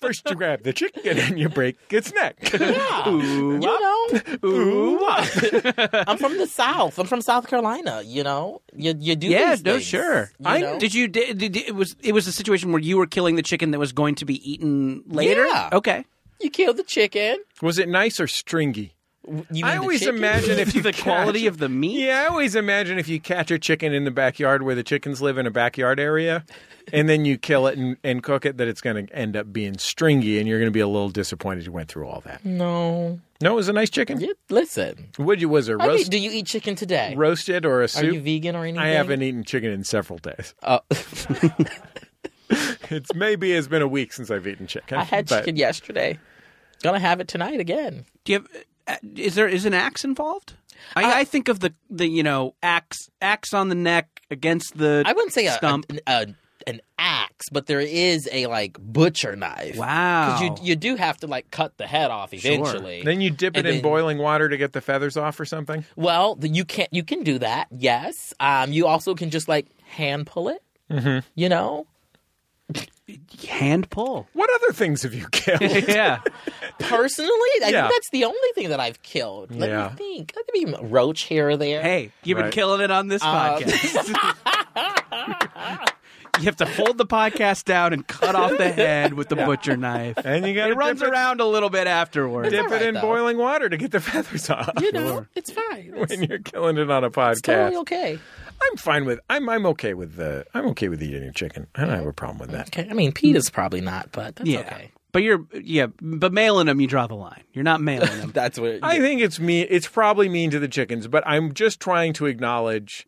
S1: First you grab the chicken and you break its neck.
S4: You know,
S1: Ooh.
S4: I'm from the South. I'm from South Carolina. You know, you you do.
S3: yeah.
S4: these
S3: No.
S4: things,
S3: Sure.
S4: you
S3: I
S4: know?
S3: did you did, did- it was it was a situation where you were killing the chicken that was going to be eaten later.
S4: Yeah.
S3: Okay.
S4: You killed the chicken.
S1: Was it nice or stringy?
S4: You mean
S1: I
S4: the
S1: always
S4: chicken?
S1: imagine if you
S3: the
S1: catch-
S3: quality of the meat.
S1: Yeah, I always imagine if you catch a chicken in the backyard where the chickens live in a backyard area, and then you kill it and, and cook it, that it's going to end up being stringy, and you're going to be a little disappointed you went through all that.
S4: Mm. No.
S1: No, it was a nice chicken.
S4: You, listen.
S1: Would you was it
S4: I mean,
S1: roast,
S4: do you eat chicken today?
S1: roasted or a
S4: Are you
S1: soup?
S4: vegan or anything?
S1: I haven't eaten chicken in several days.
S4: Oh,
S1: It's maybe it's been a week since I've eaten chicken.
S4: I had
S1: but-
S4: chicken yesterday. Gonna have it tonight again.
S3: Do you have? uh, Is there is an axe involved? I,
S4: Uh,
S3: I think of the the you know axe axe on the neck against the.
S4: I wouldn't say a, a,
S3: stump.
S4: a- an axe, but there is a like butcher knife.
S3: wow.
S4: 'Cause You you do have to like cut the head off eventually.
S1: Then you dip it
S4: And
S1: in
S4: then-
S1: boiling water to get the feathers off or something.
S4: Well, the- you can you can do
S3: Mm-hmm.
S4: that. Yes. Um. You also can just like hand pull it. You know.
S3: Hand pull.
S1: What other things have you killed?
S3: yeah.
S4: Personally, I
S1: Yeah.
S4: think that's the only thing that I've killed. Let
S1: Yeah.
S4: me think. Let me roach here or there.
S3: Hey, you've been
S1: Right.
S3: killing it on this
S4: Um,
S3: podcast. you have to hold the podcast down and cut off the head with the butcher knife.
S1: and you got
S3: It
S1: to
S3: runs
S1: dip it,
S3: around a little bit afterward.
S1: dip
S4: all
S1: it
S4: right,
S1: in
S4: though.
S1: boiling water to get the feathers off.
S4: You know, it's fine. It's
S1: When you're killing it on a podcast,
S4: totally okay.
S1: I'm fine with I'm I'm okay with the I'm okay with eating chicken. I don't have a problem with that.
S4: Okay. I mean, Pete is probably not, but that's
S3: yeah.
S4: okay.
S3: But you're yeah, but mailing them you draw the line. You're not mailing them.
S4: That's what.
S1: I think it's mean. It's probably mean to the chickens, but I'm just trying to acknowledge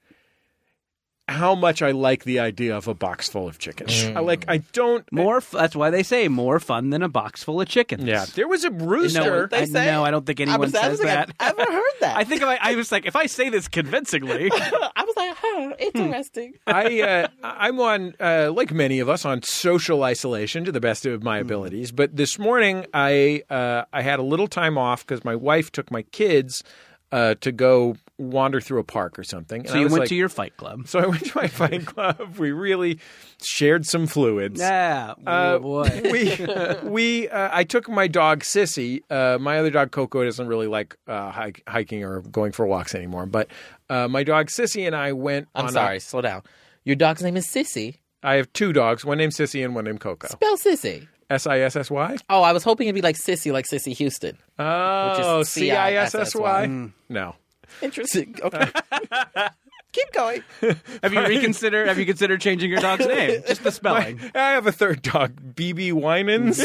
S1: how much I like the idea of a box full of chickens. I like. I don't.
S3: More f- that's why they say more fun than a box full of chickens.
S1: Yeah, there was a
S3: No,
S1: rooster.
S4: They
S3: I,
S4: say-
S3: no, I don't think
S4: I
S3: anyone
S4: was, I
S3: says
S4: was like,
S3: that.
S4: I've never heard that.
S3: I think if I, I was like, if I say this convincingly,
S4: I was like,
S3: Hmm.
S4: huh, interesting.
S1: I uh, I'm on uh, like many of us on social isolation to the best of
S3: Hmm.
S1: my abilities. But this morning I uh, I had a little time off because my wife took my kids uh, to go wander through a park or something. And
S3: so
S1: I
S3: you
S1: was
S3: went
S1: like-
S3: to your fight club.
S1: So I went to my fighting club. We really shared some fluids.
S3: Yeah,
S1: Uh,
S3: oh boy.
S1: we we uh, I took my dog Sissy. Uh, my other dog Coco doesn't really like uh, hike, hiking or going for walks anymore. But uh, my dog Sissy and I went.
S4: I'm
S1: on a-
S4: sorry. slow down. Your dog's name is Sissy.
S1: I have two dogs, one named Sissy and one named Coco.
S4: Spell Sissy.
S1: S I S S Y?
S4: Oh, I was hoping it'd be like Sissy, like Sissy Houston.
S1: Oh,
S4: is
S1: C I S S
S4: C-I-S-S-Y.
S1: Y? No.
S4: Interesting. Okay. Keep going.
S3: have you reconsidered? Have you considered changing your dog's name? Just the spelling.
S1: I have a third dog, BB Winans.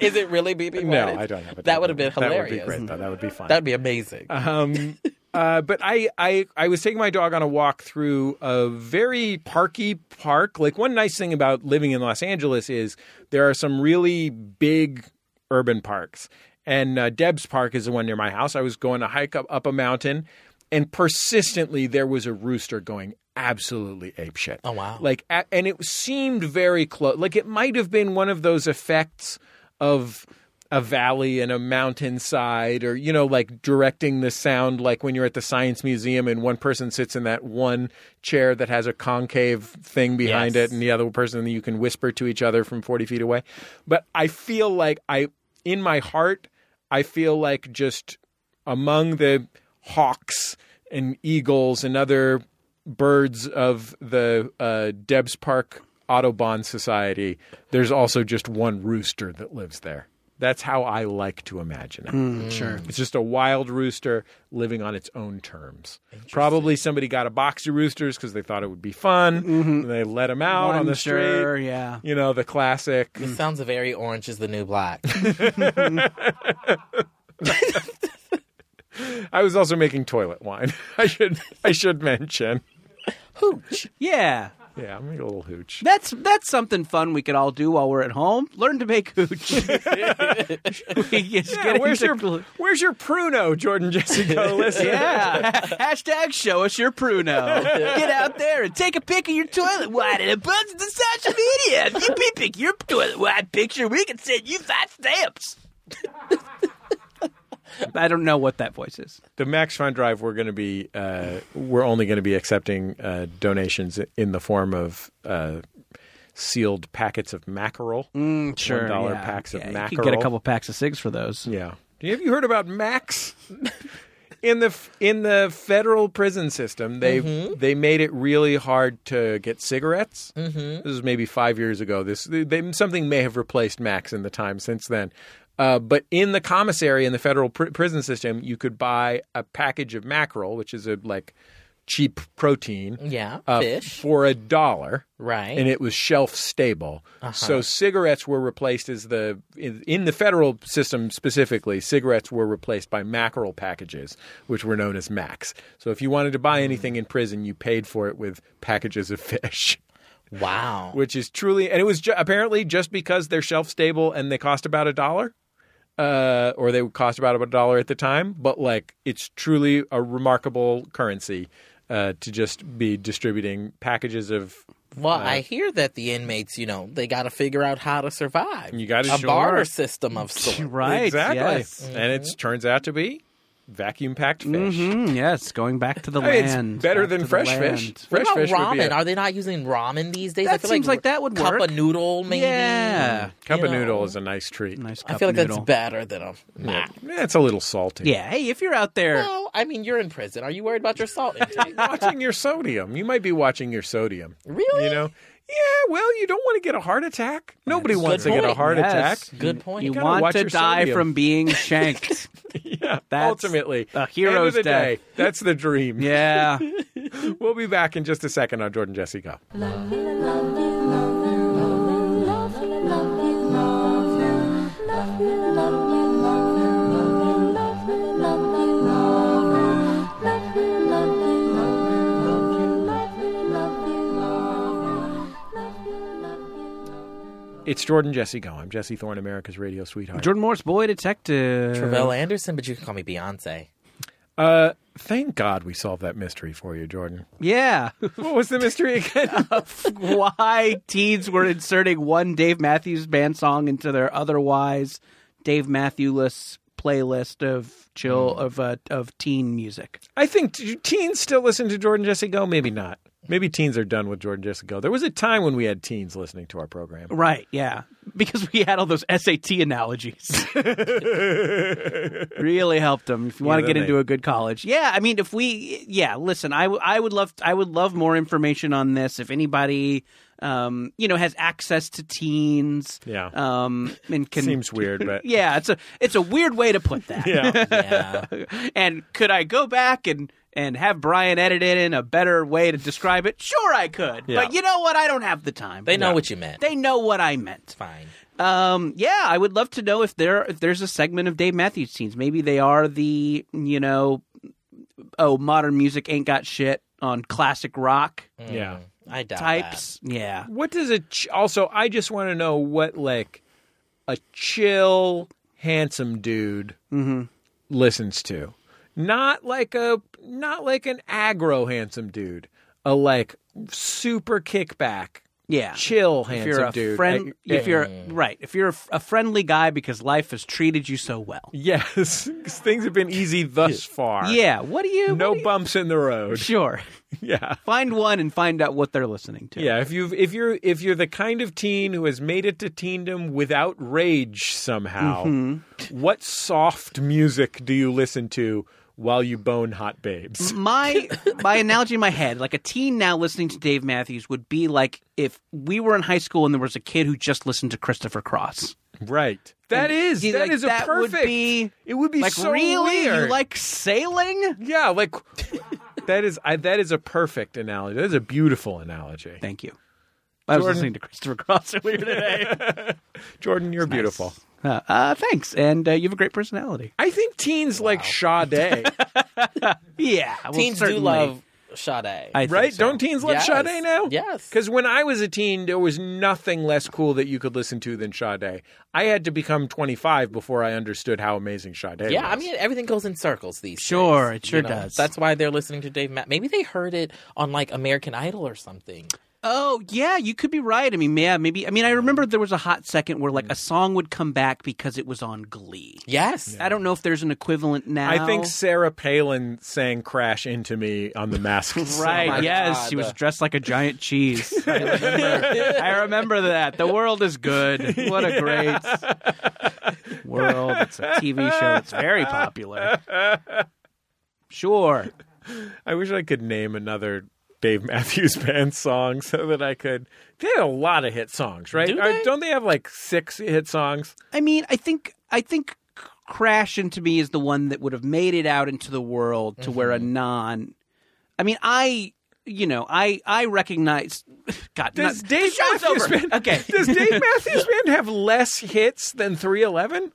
S4: Is it really BB?
S1: no,
S4: Wanted?
S1: I don't have a
S4: That would have been
S1: That
S4: hilarious.
S1: would be great, though. That would be fun.
S4: That'd be amazing.
S1: Um, uh, but I, I, I was taking my dog on a walk through a very parky park. Like one nice thing about living in Los Angeles is there are some really big urban parks, and uh, Deb's Park is the one near my house. I was going to hike up up a mountain, and persistently there was a rooster going absolutely apeshit.
S4: Oh, wow.
S1: Like, a- and it seemed very close. Like it might have been one of those effects of a valley and a mountainside, or you know, like directing the sound, like when you're at the science museum and one person sits in that one chair that has a concave thing behind
S4: Yes.
S1: it, and the other person you can whisper to each other from 40 feet away. But I feel like I, in my heart, I feel like just among the hawks and eagles and other birds of the uh, Debs Park Autobahn Society, there's also just one rooster that lives there. That's how I like to imagine it. sure. It's just a wild rooster living on its own terms. Probably somebody got a box of roosters because they thought it would be fun. And they let them out on
S3: One,
S1: the
S3: sure,
S1: street.
S3: yeah.
S1: You know, the classic.
S4: It sounds very Orange is the New Black.
S1: I was also making toilet wine. I should I should mention.
S4: Hooch.
S3: Yeah,
S1: Yeah, I'm making a little hooch.
S3: that's that's something fun we could all do while we're at home. Learn to make hooch. We just
S1: Yeah,
S3: get
S1: where's your
S3: into-
S1: where's your pruno, Jordan Jessica? Listen,
S3: Yeah. Hashtag show us your Pruno. Get out there and take a pic of your toilet wine and abundance on social media. If you pick your toilet wine picture, we can send you five stamps. I don't know what that voice is.
S1: the Max Fund Drive. We're going to be uh, we're only going to be accepting uh, donations in the form of uh, sealed packets of
S3: Mm.
S1: mackerel. One dollar packs of
S3: yeah, You
S1: mackerel.
S3: can get a couple packs of cigs for those.
S1: Yeah. Have you heard about Max? in the in the federal prison system, they they made it really hard to get cigarettes. Mm-hmm. This was maybe five years ago. This they, something may have replaced Max in the time since then. Uh, but in the commissary in the federal pr- prison system, you could buy a package of mackerel, which is a like cheap protein
S4: Yeah.
S1: uh,
S4: fish.
S1: for a dollar
S4: Right. Uh-huh.
S1: and it was shelf stable. So cigarettes were replaced as the in, in the federal system specifically, cigarettes were replaced by mackerel packages, which were known as Macs. So if you wanted to
S4: Hmm.
S1: buy anything in prison, you paid for it with packages of fish,
S4: wow.
S1: which is truly and it was ju- apparently just because they're shelf stable and they cost about a dollar. Uh, or they would cost about a dollar at the time, but like it's truly a remarkable currency uh, to just be distributing packages of
S4: Well, I hear that the inmates, you know, they got to figure out how to survive.
S1: You gotta
S4: a
S1: sure.
S4: barter system of sorts.
S3: Right. Mm-hmm.
S1: Exactly.
S3: yes.
S1: And it turns out to be vacuum packed fish.
S3: Mhm, yes, going back to the
S1: I mean,
S3: land.
S1: it's better
S3: back to
S1: than
S3: the
S1: fresh
S3: land.
S1: fish.
S4: What
S1: Fresh
S4: about
S1: fish would
S4: ramen?
S1: be it.
S4: Are they not using ramen these days?
S3: That seems like that would
S4: cup
S3: work.
S4: of noodle, maybe.
S3: Yeah.
S4: or,
S1: Cup
S4: you
S1: of
S4: know.
S1: noodle is a nice treat.
S3: Nice
S4: I
S3: cup
S4: feel like
S3: noodle.
S4: that's better than a.
S1: Yeah. Yeah, it's a little salty.
S3: Yeah. Hey, if you're out there,
S4: Well, I mean, you're in prison. Are you worried about your salt intake?
S1: watching your sodium. You might be watching your sodium.
S4: Really?
S1: You know? Yeah, well, you don't want to get a heart attack. Nobody wants to get a
S4: point.
S1: heart
S3: Yes.
S1: attack.
S4: Good point.
S3: You
S1: gotta
S3: want
S1: watch
S3: to
S1: your
S3: die
S1: sodium.
S3: from being shanked.
S1: Yeah,
S3: That's
S1: ultimately.
S3: a
S1: End of
S3: hero's
S1: the
S3: death.
S1: day, that's the dream.
S3: yeah.
S1: We'll be back in just a second on Jordan Jesse Go.
S2: Love you, love you, love you, love you, love you, love you, love you, love you, love you, love you, love you, love you, love you, love you, love you, love you, love you, love you.
S1: It's Jordan Jesse Go. I'm Jesse Thorne, America's radio sweetheart.
S3: Jordan Morris, boy detective.
S4: Ravel Anderson, but you can call me Beyonce.
S1: Uh, thank God we solved that mystery for you, Jordan.
S3: Yeah.
S1: What was the mystery again?
S3: Why teens were inserting one Dave Matthews Band song into their otherwise Dave Matthews playlist of chill
S4: Mm.
S3: of uh, of teen music.
S1: I think do teens still listen to Jordan Jesse Go. Maybe not. Maybe teens are done with Jordan Jesse Go. There was a time when we had teens listening to our program.
S3: Right, yeah. Because we had all those SAT analogies. really helped them if you want to
S1: Yeah,
S3: get
S1: they-
S3: into a good college. Yeah, I mean if we yeah, listen, I, w- I would love I would love more information on this if anybody um, you know has access to teens.
S1: Yeah.
S3: Um and can
S1: Seems weird, but
S3: Yeah, it's a it's a weird way to put that.
S1: yeah.
S4: Yeah.
S3: and could I go back and and have Brian edit it in a better way to describe it? Sure, I could.
S1: Yeah.
S3: But you know what? I don't have the time.
S4: they know what you meant.
S3: they know what I meant.
S4: Fine.
S3: Um, yeah, I would love to know if there if there's a segment of Dave Matthews scenes. Maybe they are the you know, oh, modern music ain't got shit on classic rock
S1: yeah.
S4: I doubt
S3: types. Yeah,
S1: What does a ch- also? I just want to know what like a chill, handsome dude
S3: Mm-hmm.
S1: listens to, not like a not like an aggro handsome dude, a like super kickback,
S3: yeah.
S1: chill handsome
S3: If you're a
S1: dude.
S3: friend,
S1: Eh,
S3: if you're right, if you're a, a friendly guy because life has treated you so well.
S1: yes, 'cause things have been easy thus far.
S3: Yeah, what do you?
S1: no
S3: what do you-
S1: bumps in the road.
S3: Sure.
S1: Yeah.
S3: Find one and find out what they're listening to.
S1: Yeah, if you if you're if you're the kind of teen who has made it to teendom without rage somehow,
S3: Mm-hmm.
S1: what soft music do you listen to while you bone hot babes?
S3: My my analogy in my head, like a teen now listening to Dave Matthews would be like if we were in high school and there was a kid who just listened to Christopher Cross.
S1: Right. That
S3: Mm-hmm. And
S1: is
S3: you-
S1: that
S3: like,
S1: is a
S3: that would
S1: perfect.
S3: be-
S1: it would be
S3: like
S1: so
S3: really?
S1: weird.
S3: You like sailing?
S1: yeah, like that is I, that is a perfect analogy. That is a beautiful analogy.
S3: Thank you. I was listening to Christopher Cross earlier today.
S1: Jordan, you're beautiful.
S3: uh, uh, thanks, and uh, you have a great personality.
S1: I think teens like Sade,
S3: Yeah, well,
S4: That. Teens
S3: certainly.
S4: do love Sade.
S3: I think
S1: right?
S3: so.
S1: Don't teens love
S4: Yes.
S1: Sade now?
S4: Yes.
S1: Because when I was a teen, there was nothing less cool that you could listen to than Sade. I had to become 25 before I understood how amazing Sade was.
S4: yeah, I mean, everything goes in circles these
S3: Sure,
S4: days.
S3: it sure
S4: know?
S3: does.
S4: That's why they're listening to Dave Matt. Maybe they heard it on like American Idol or something.
S3: Oh yeah, you could be right. I mean, yeah, maybe. I mean, I remember there was a hot second where
S1: Hmm.
S3: like a song would come back because it was on Glee.
S4: Yes.
S3: I don't know if there's an equivalent now.
S1: I think Sarah Palin sang Crash Into Me on The Mask.
S3: Right.
S4: my
S3: yes,
S4: God.
S3: she was dressed like a giant cheese. I remember, I remember that. The world is good. What a great world. It's a TV show. It's very popular. Sure.
S1: I wish I could name another Dave Matthews Band song so that I could. They had a lot of hit songs, right?
S4: Do
S1: Or
S4: they?
S1: Don't they have like six hit songs?
S3: I mean, I think I think Crash into Me is the one that would have made it out into the world to where a non. I mean, I you know I I recognize. God,
S1: Does
S3: not-
S1: Dave
S3: the show's
S1: Matthews
S3: over.
S1: Band?
S3: Okay,
S1: Does Dave Matthews Band have less hits than 311?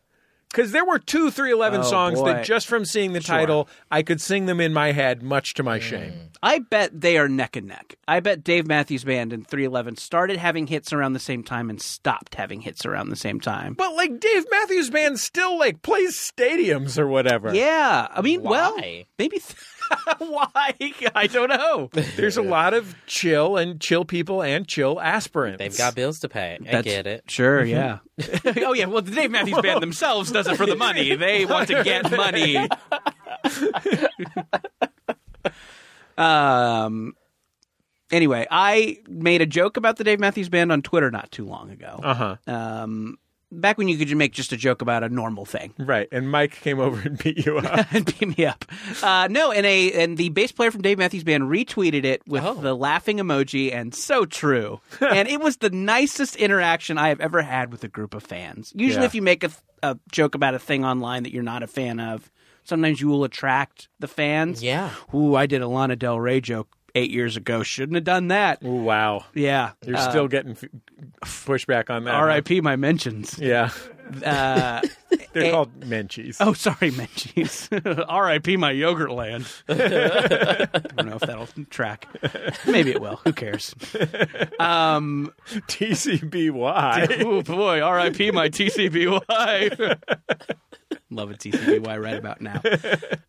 S1: Because there were two 311
S3: Oh,
S1: songs
S3: boy.
S1: that just from seeing the title, I could sing them in my head, much to my
S3: Mm.
S1: shame.
S3: I bet they are neck and neck. I bet Dave Matthews Band and 311 started having hits around the same time and stopped having hits around the same time.
S1: But like Dave Matthews Band still like plays stadiums or whatever.
S3: Yeah, I mean, well,
S4: Why?
S3: maybe th- why? I don't know.
S1: There's a lot of chill and chill people and chill aspirants.
S4: They've got bills to pay. I get it. Mm-hmm.
S3: Sure, yeah. oh yeah, well, the Dave Matthews Band themselves does it for the money. They want to get money Um. Anyway, I made a joke about the Dave Matthews Band on Twitter not too long ago.
S1: Uh
S4: Uh-huh.
S1: huh.
S3: Um, back when you could make just a joke about a normal thing.
S1: Right. And Mike came over and beat you up.
S3: and beat me up. Uh, no, and a and the bass player from Dave Matthews Band retweeted it with
S4: Oh.
S3: the laughing emoji, and so true. and it was the nicest interaction I have ever had with a group of fans. Usually,
S1: Yeah.
S3: if you make a, a joke about a thing online that you're not a fan of, sometimes you will attract the fans.
S4: Yeah.
S3: Ooh, I did a Lana Del Rey joke eight years ago. Shouldn't have done that.
S1: Ooh, wow.
S3: Yeah.
S1: You're
S3: Uh,
S1: still getting f- pushback on that. huh?
S3: R.I.P. My mentions.
S1: Yeah.
S3: Uh,
S1: They're
S3: Eh.
S1: called Menchies.
S3: Oh, sorry, Menchie's. R.I.P. my yogurt land. I don't know if that'll track. Maybe it will. Who cares? Um,
S1: TCBY.
S3: oh boy, R.I.P. my TCBY. Love a TCBY right about now.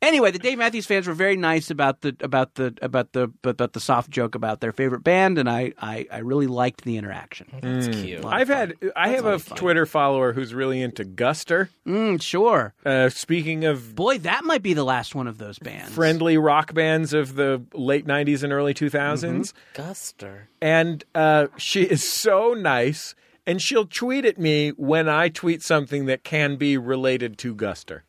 S3: Anyway, the Dave Matthews fans were very nice about the about the about the about the soft joke about their favorite band, and I I, I really liked the interaction.
S4: That's cute.
S1: I've had I have a Twitter follower who's really into Guster.
S3: Mm, sure,
S1: Uh, speaking of
S3: boy, that might be the last one of those bands.
S1: friendly rock bands of the late 90s and early 2000s
S4: Guster.
S1: and uh, she is so nice and she'll tweet at me when i tweet something that can be related to guster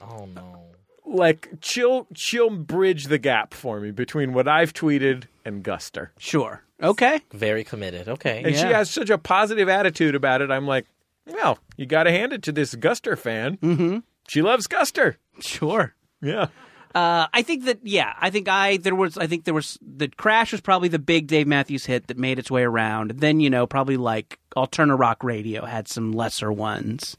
S4: Oh no.
S1: like she'll she'll bridge the gap for me between what i've tweeted and guster
S3: sure, okay.
S4: Very committed. Okay.
S1: and she
S3: Yeah.
S1: has such a positive attitude about it i'm like well you gotta hand it to this guster fan mm-hmm. she loves guster
S3: Sure.
S1: yeah
S3: Uh, I think that yeah, I think I there was I think there was the crash was probably the big Dave Matthews hit that made its way around. Then you know probably like Alterna Rock Radio had some lesser ones.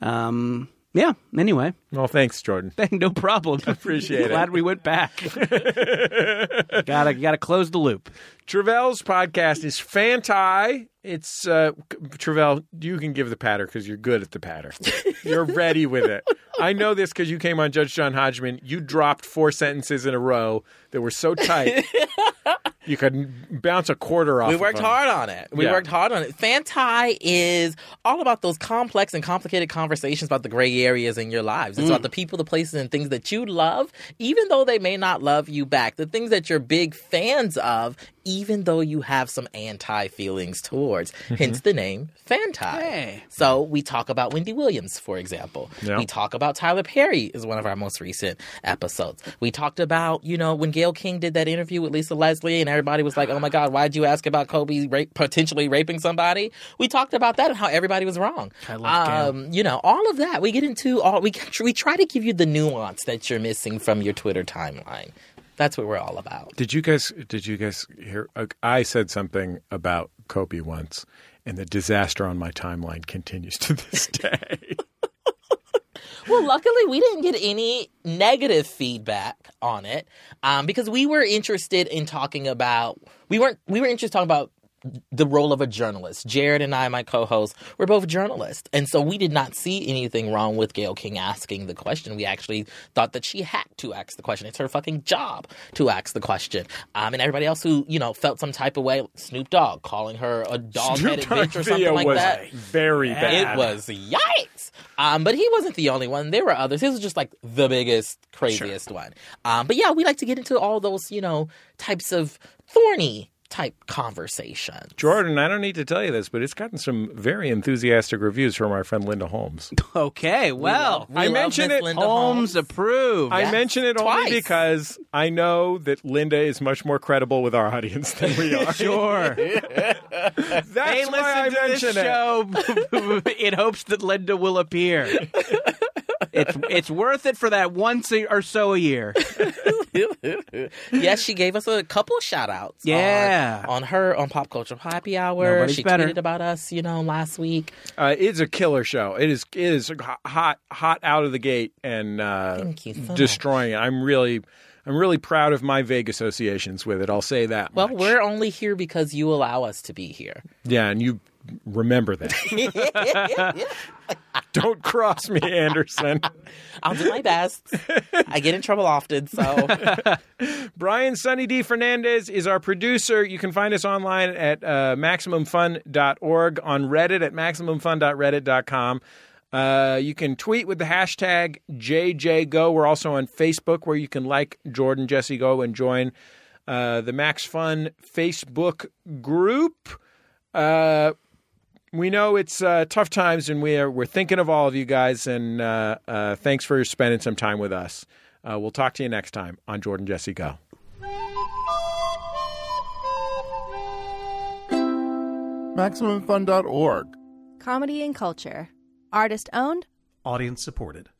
S3: Um, yeah. Anyway,
S1: well thanks jordan
S3: no problem.
S1: Appreciate it.
S3: Glad we went back. gotta gotta close the loop.
S1: Travell's podcast is Fanti. It's uh, Travell. You can give the patter because you're good at the patter. You're ready with it. I know this because you came on Judge John Hodgman. You dropped four sentences in a row that were so tight you could bounce a quarter off.
S4: We
S1: of
S4: worked
S1: them.
S4: hard on it. We
S1: Yeah.
S4: worked hard on it. Fanti is all about those complex and complicated conversations about the gray areas in your lives. It's
S1: Mm.
S4: about the people, the places, and things that you love, even though they may not love you back. The things that you're big fans of, even though you have some anti feelings towards.
S1: Mm-hmm.
S4: Hence the name Fanti.
S3: Hey.
S4: So we talk about Wendy Williams, for example.
S1: Yeah.
S4: We talk about Tyler Perry is one of our most recent episodes. We talked about, you know, when Gail King did that interview with Lisa Leslie and everybody was like, oh my God, why'd you ask about Kobe rape, potentially raping somebody? We talked about that and how everybody was wrong. I
S3: love Gail.
S4: You know, all of that. We get into all, we, we try to give you the nuance that you're missing from your Twitter timeline. That's what we're all about.
S1: Did you guys? Did you guys hear? I said something about Kobe once, and the disaster on my timeline continues to this day.
S4: Well, luckily, we didn't get any negative feedback on it um, because we were interested in talking about we weren't we were interested in talking about the role of a journalist. Jared and I, my co-host, we're both journalists, and so we did not see anything wrong with Gail King asking the question. We actually thought that she had to ask the question. It's her fucking job to ask the question. Um, and everybody else who you know felt some type of way, Snoop Dogg calling her a dog-headed bitch or something
S1: Video
S4: like
S1: was
S4: that.
S1: very bad.
S4: It was yikes. Um, but he wasn't the only one. There were others. His was just like the biggest, craziest one. Um, but yeah, we like to get into all those, you know, types of thorny type conversation.
S1: Jordan, I don't need to tell you this, but it's gotten some very enthusiastic reviews from our friend Linda Holmes.
S3: Okay. Well,
S4: We
S1: I
S4: love
S1: mentioned
S4: Miss
S1: it,
S4: Linda
S3: Holmes
S4: Holmes.
S3: approved.
S1: I mention it only
S4: twice.
S1: because I know that Linda is much more credible with our audience than we are.
S3: Sure.
S1: That's
S3: They
S1: why I
S3: listen to this
S1: mention it.
S3: show in hopes that Linda will appear. It's it's worth it for that once a- or so a year.
S4: yes, she gave us a couple of shout outs.
S3: Yeah.
S4: On, on her on Pop Culture Happy Hour.
S3: Nobody's
S4: she
S3: better.
S4: tweeted about us, you know, last week.
S1: Uh, it's a killer show. It is it is hot hot out of the gate and uh,
S4: Thank you so much.
S1: destroying it. I'm really I'm really proud of my vague associations with it. I'll say that.
S4: Well,
S1: much.
S4: we're only here because you allow us to be here.
S1: yeah, and you remember that. Don't cross me, Anderson.
S4: I'll do my best. I get in trouble often, so
S1: Brian Sunny D. Fernandez is our producer. You can find us online at uh, MaximumFun.org, on Reddit at MaximumFun.reddit.com. Uh, you can tweet with the hashtag JJGo. We're also on Facebook where you can like Jordan Jesse Go and join uh, the Max Fun Facebook group. Uh, we know it's uh, tough times, and we are, we're thinking of all of you guys. And uh, uh, thanks for spending some time with us. Uh, we'll talk to you next time on Jordan Jesse Go.
S7: MaximumFun.org.
S2: Comedy and culture. Artist owned.
S8: Audience supported.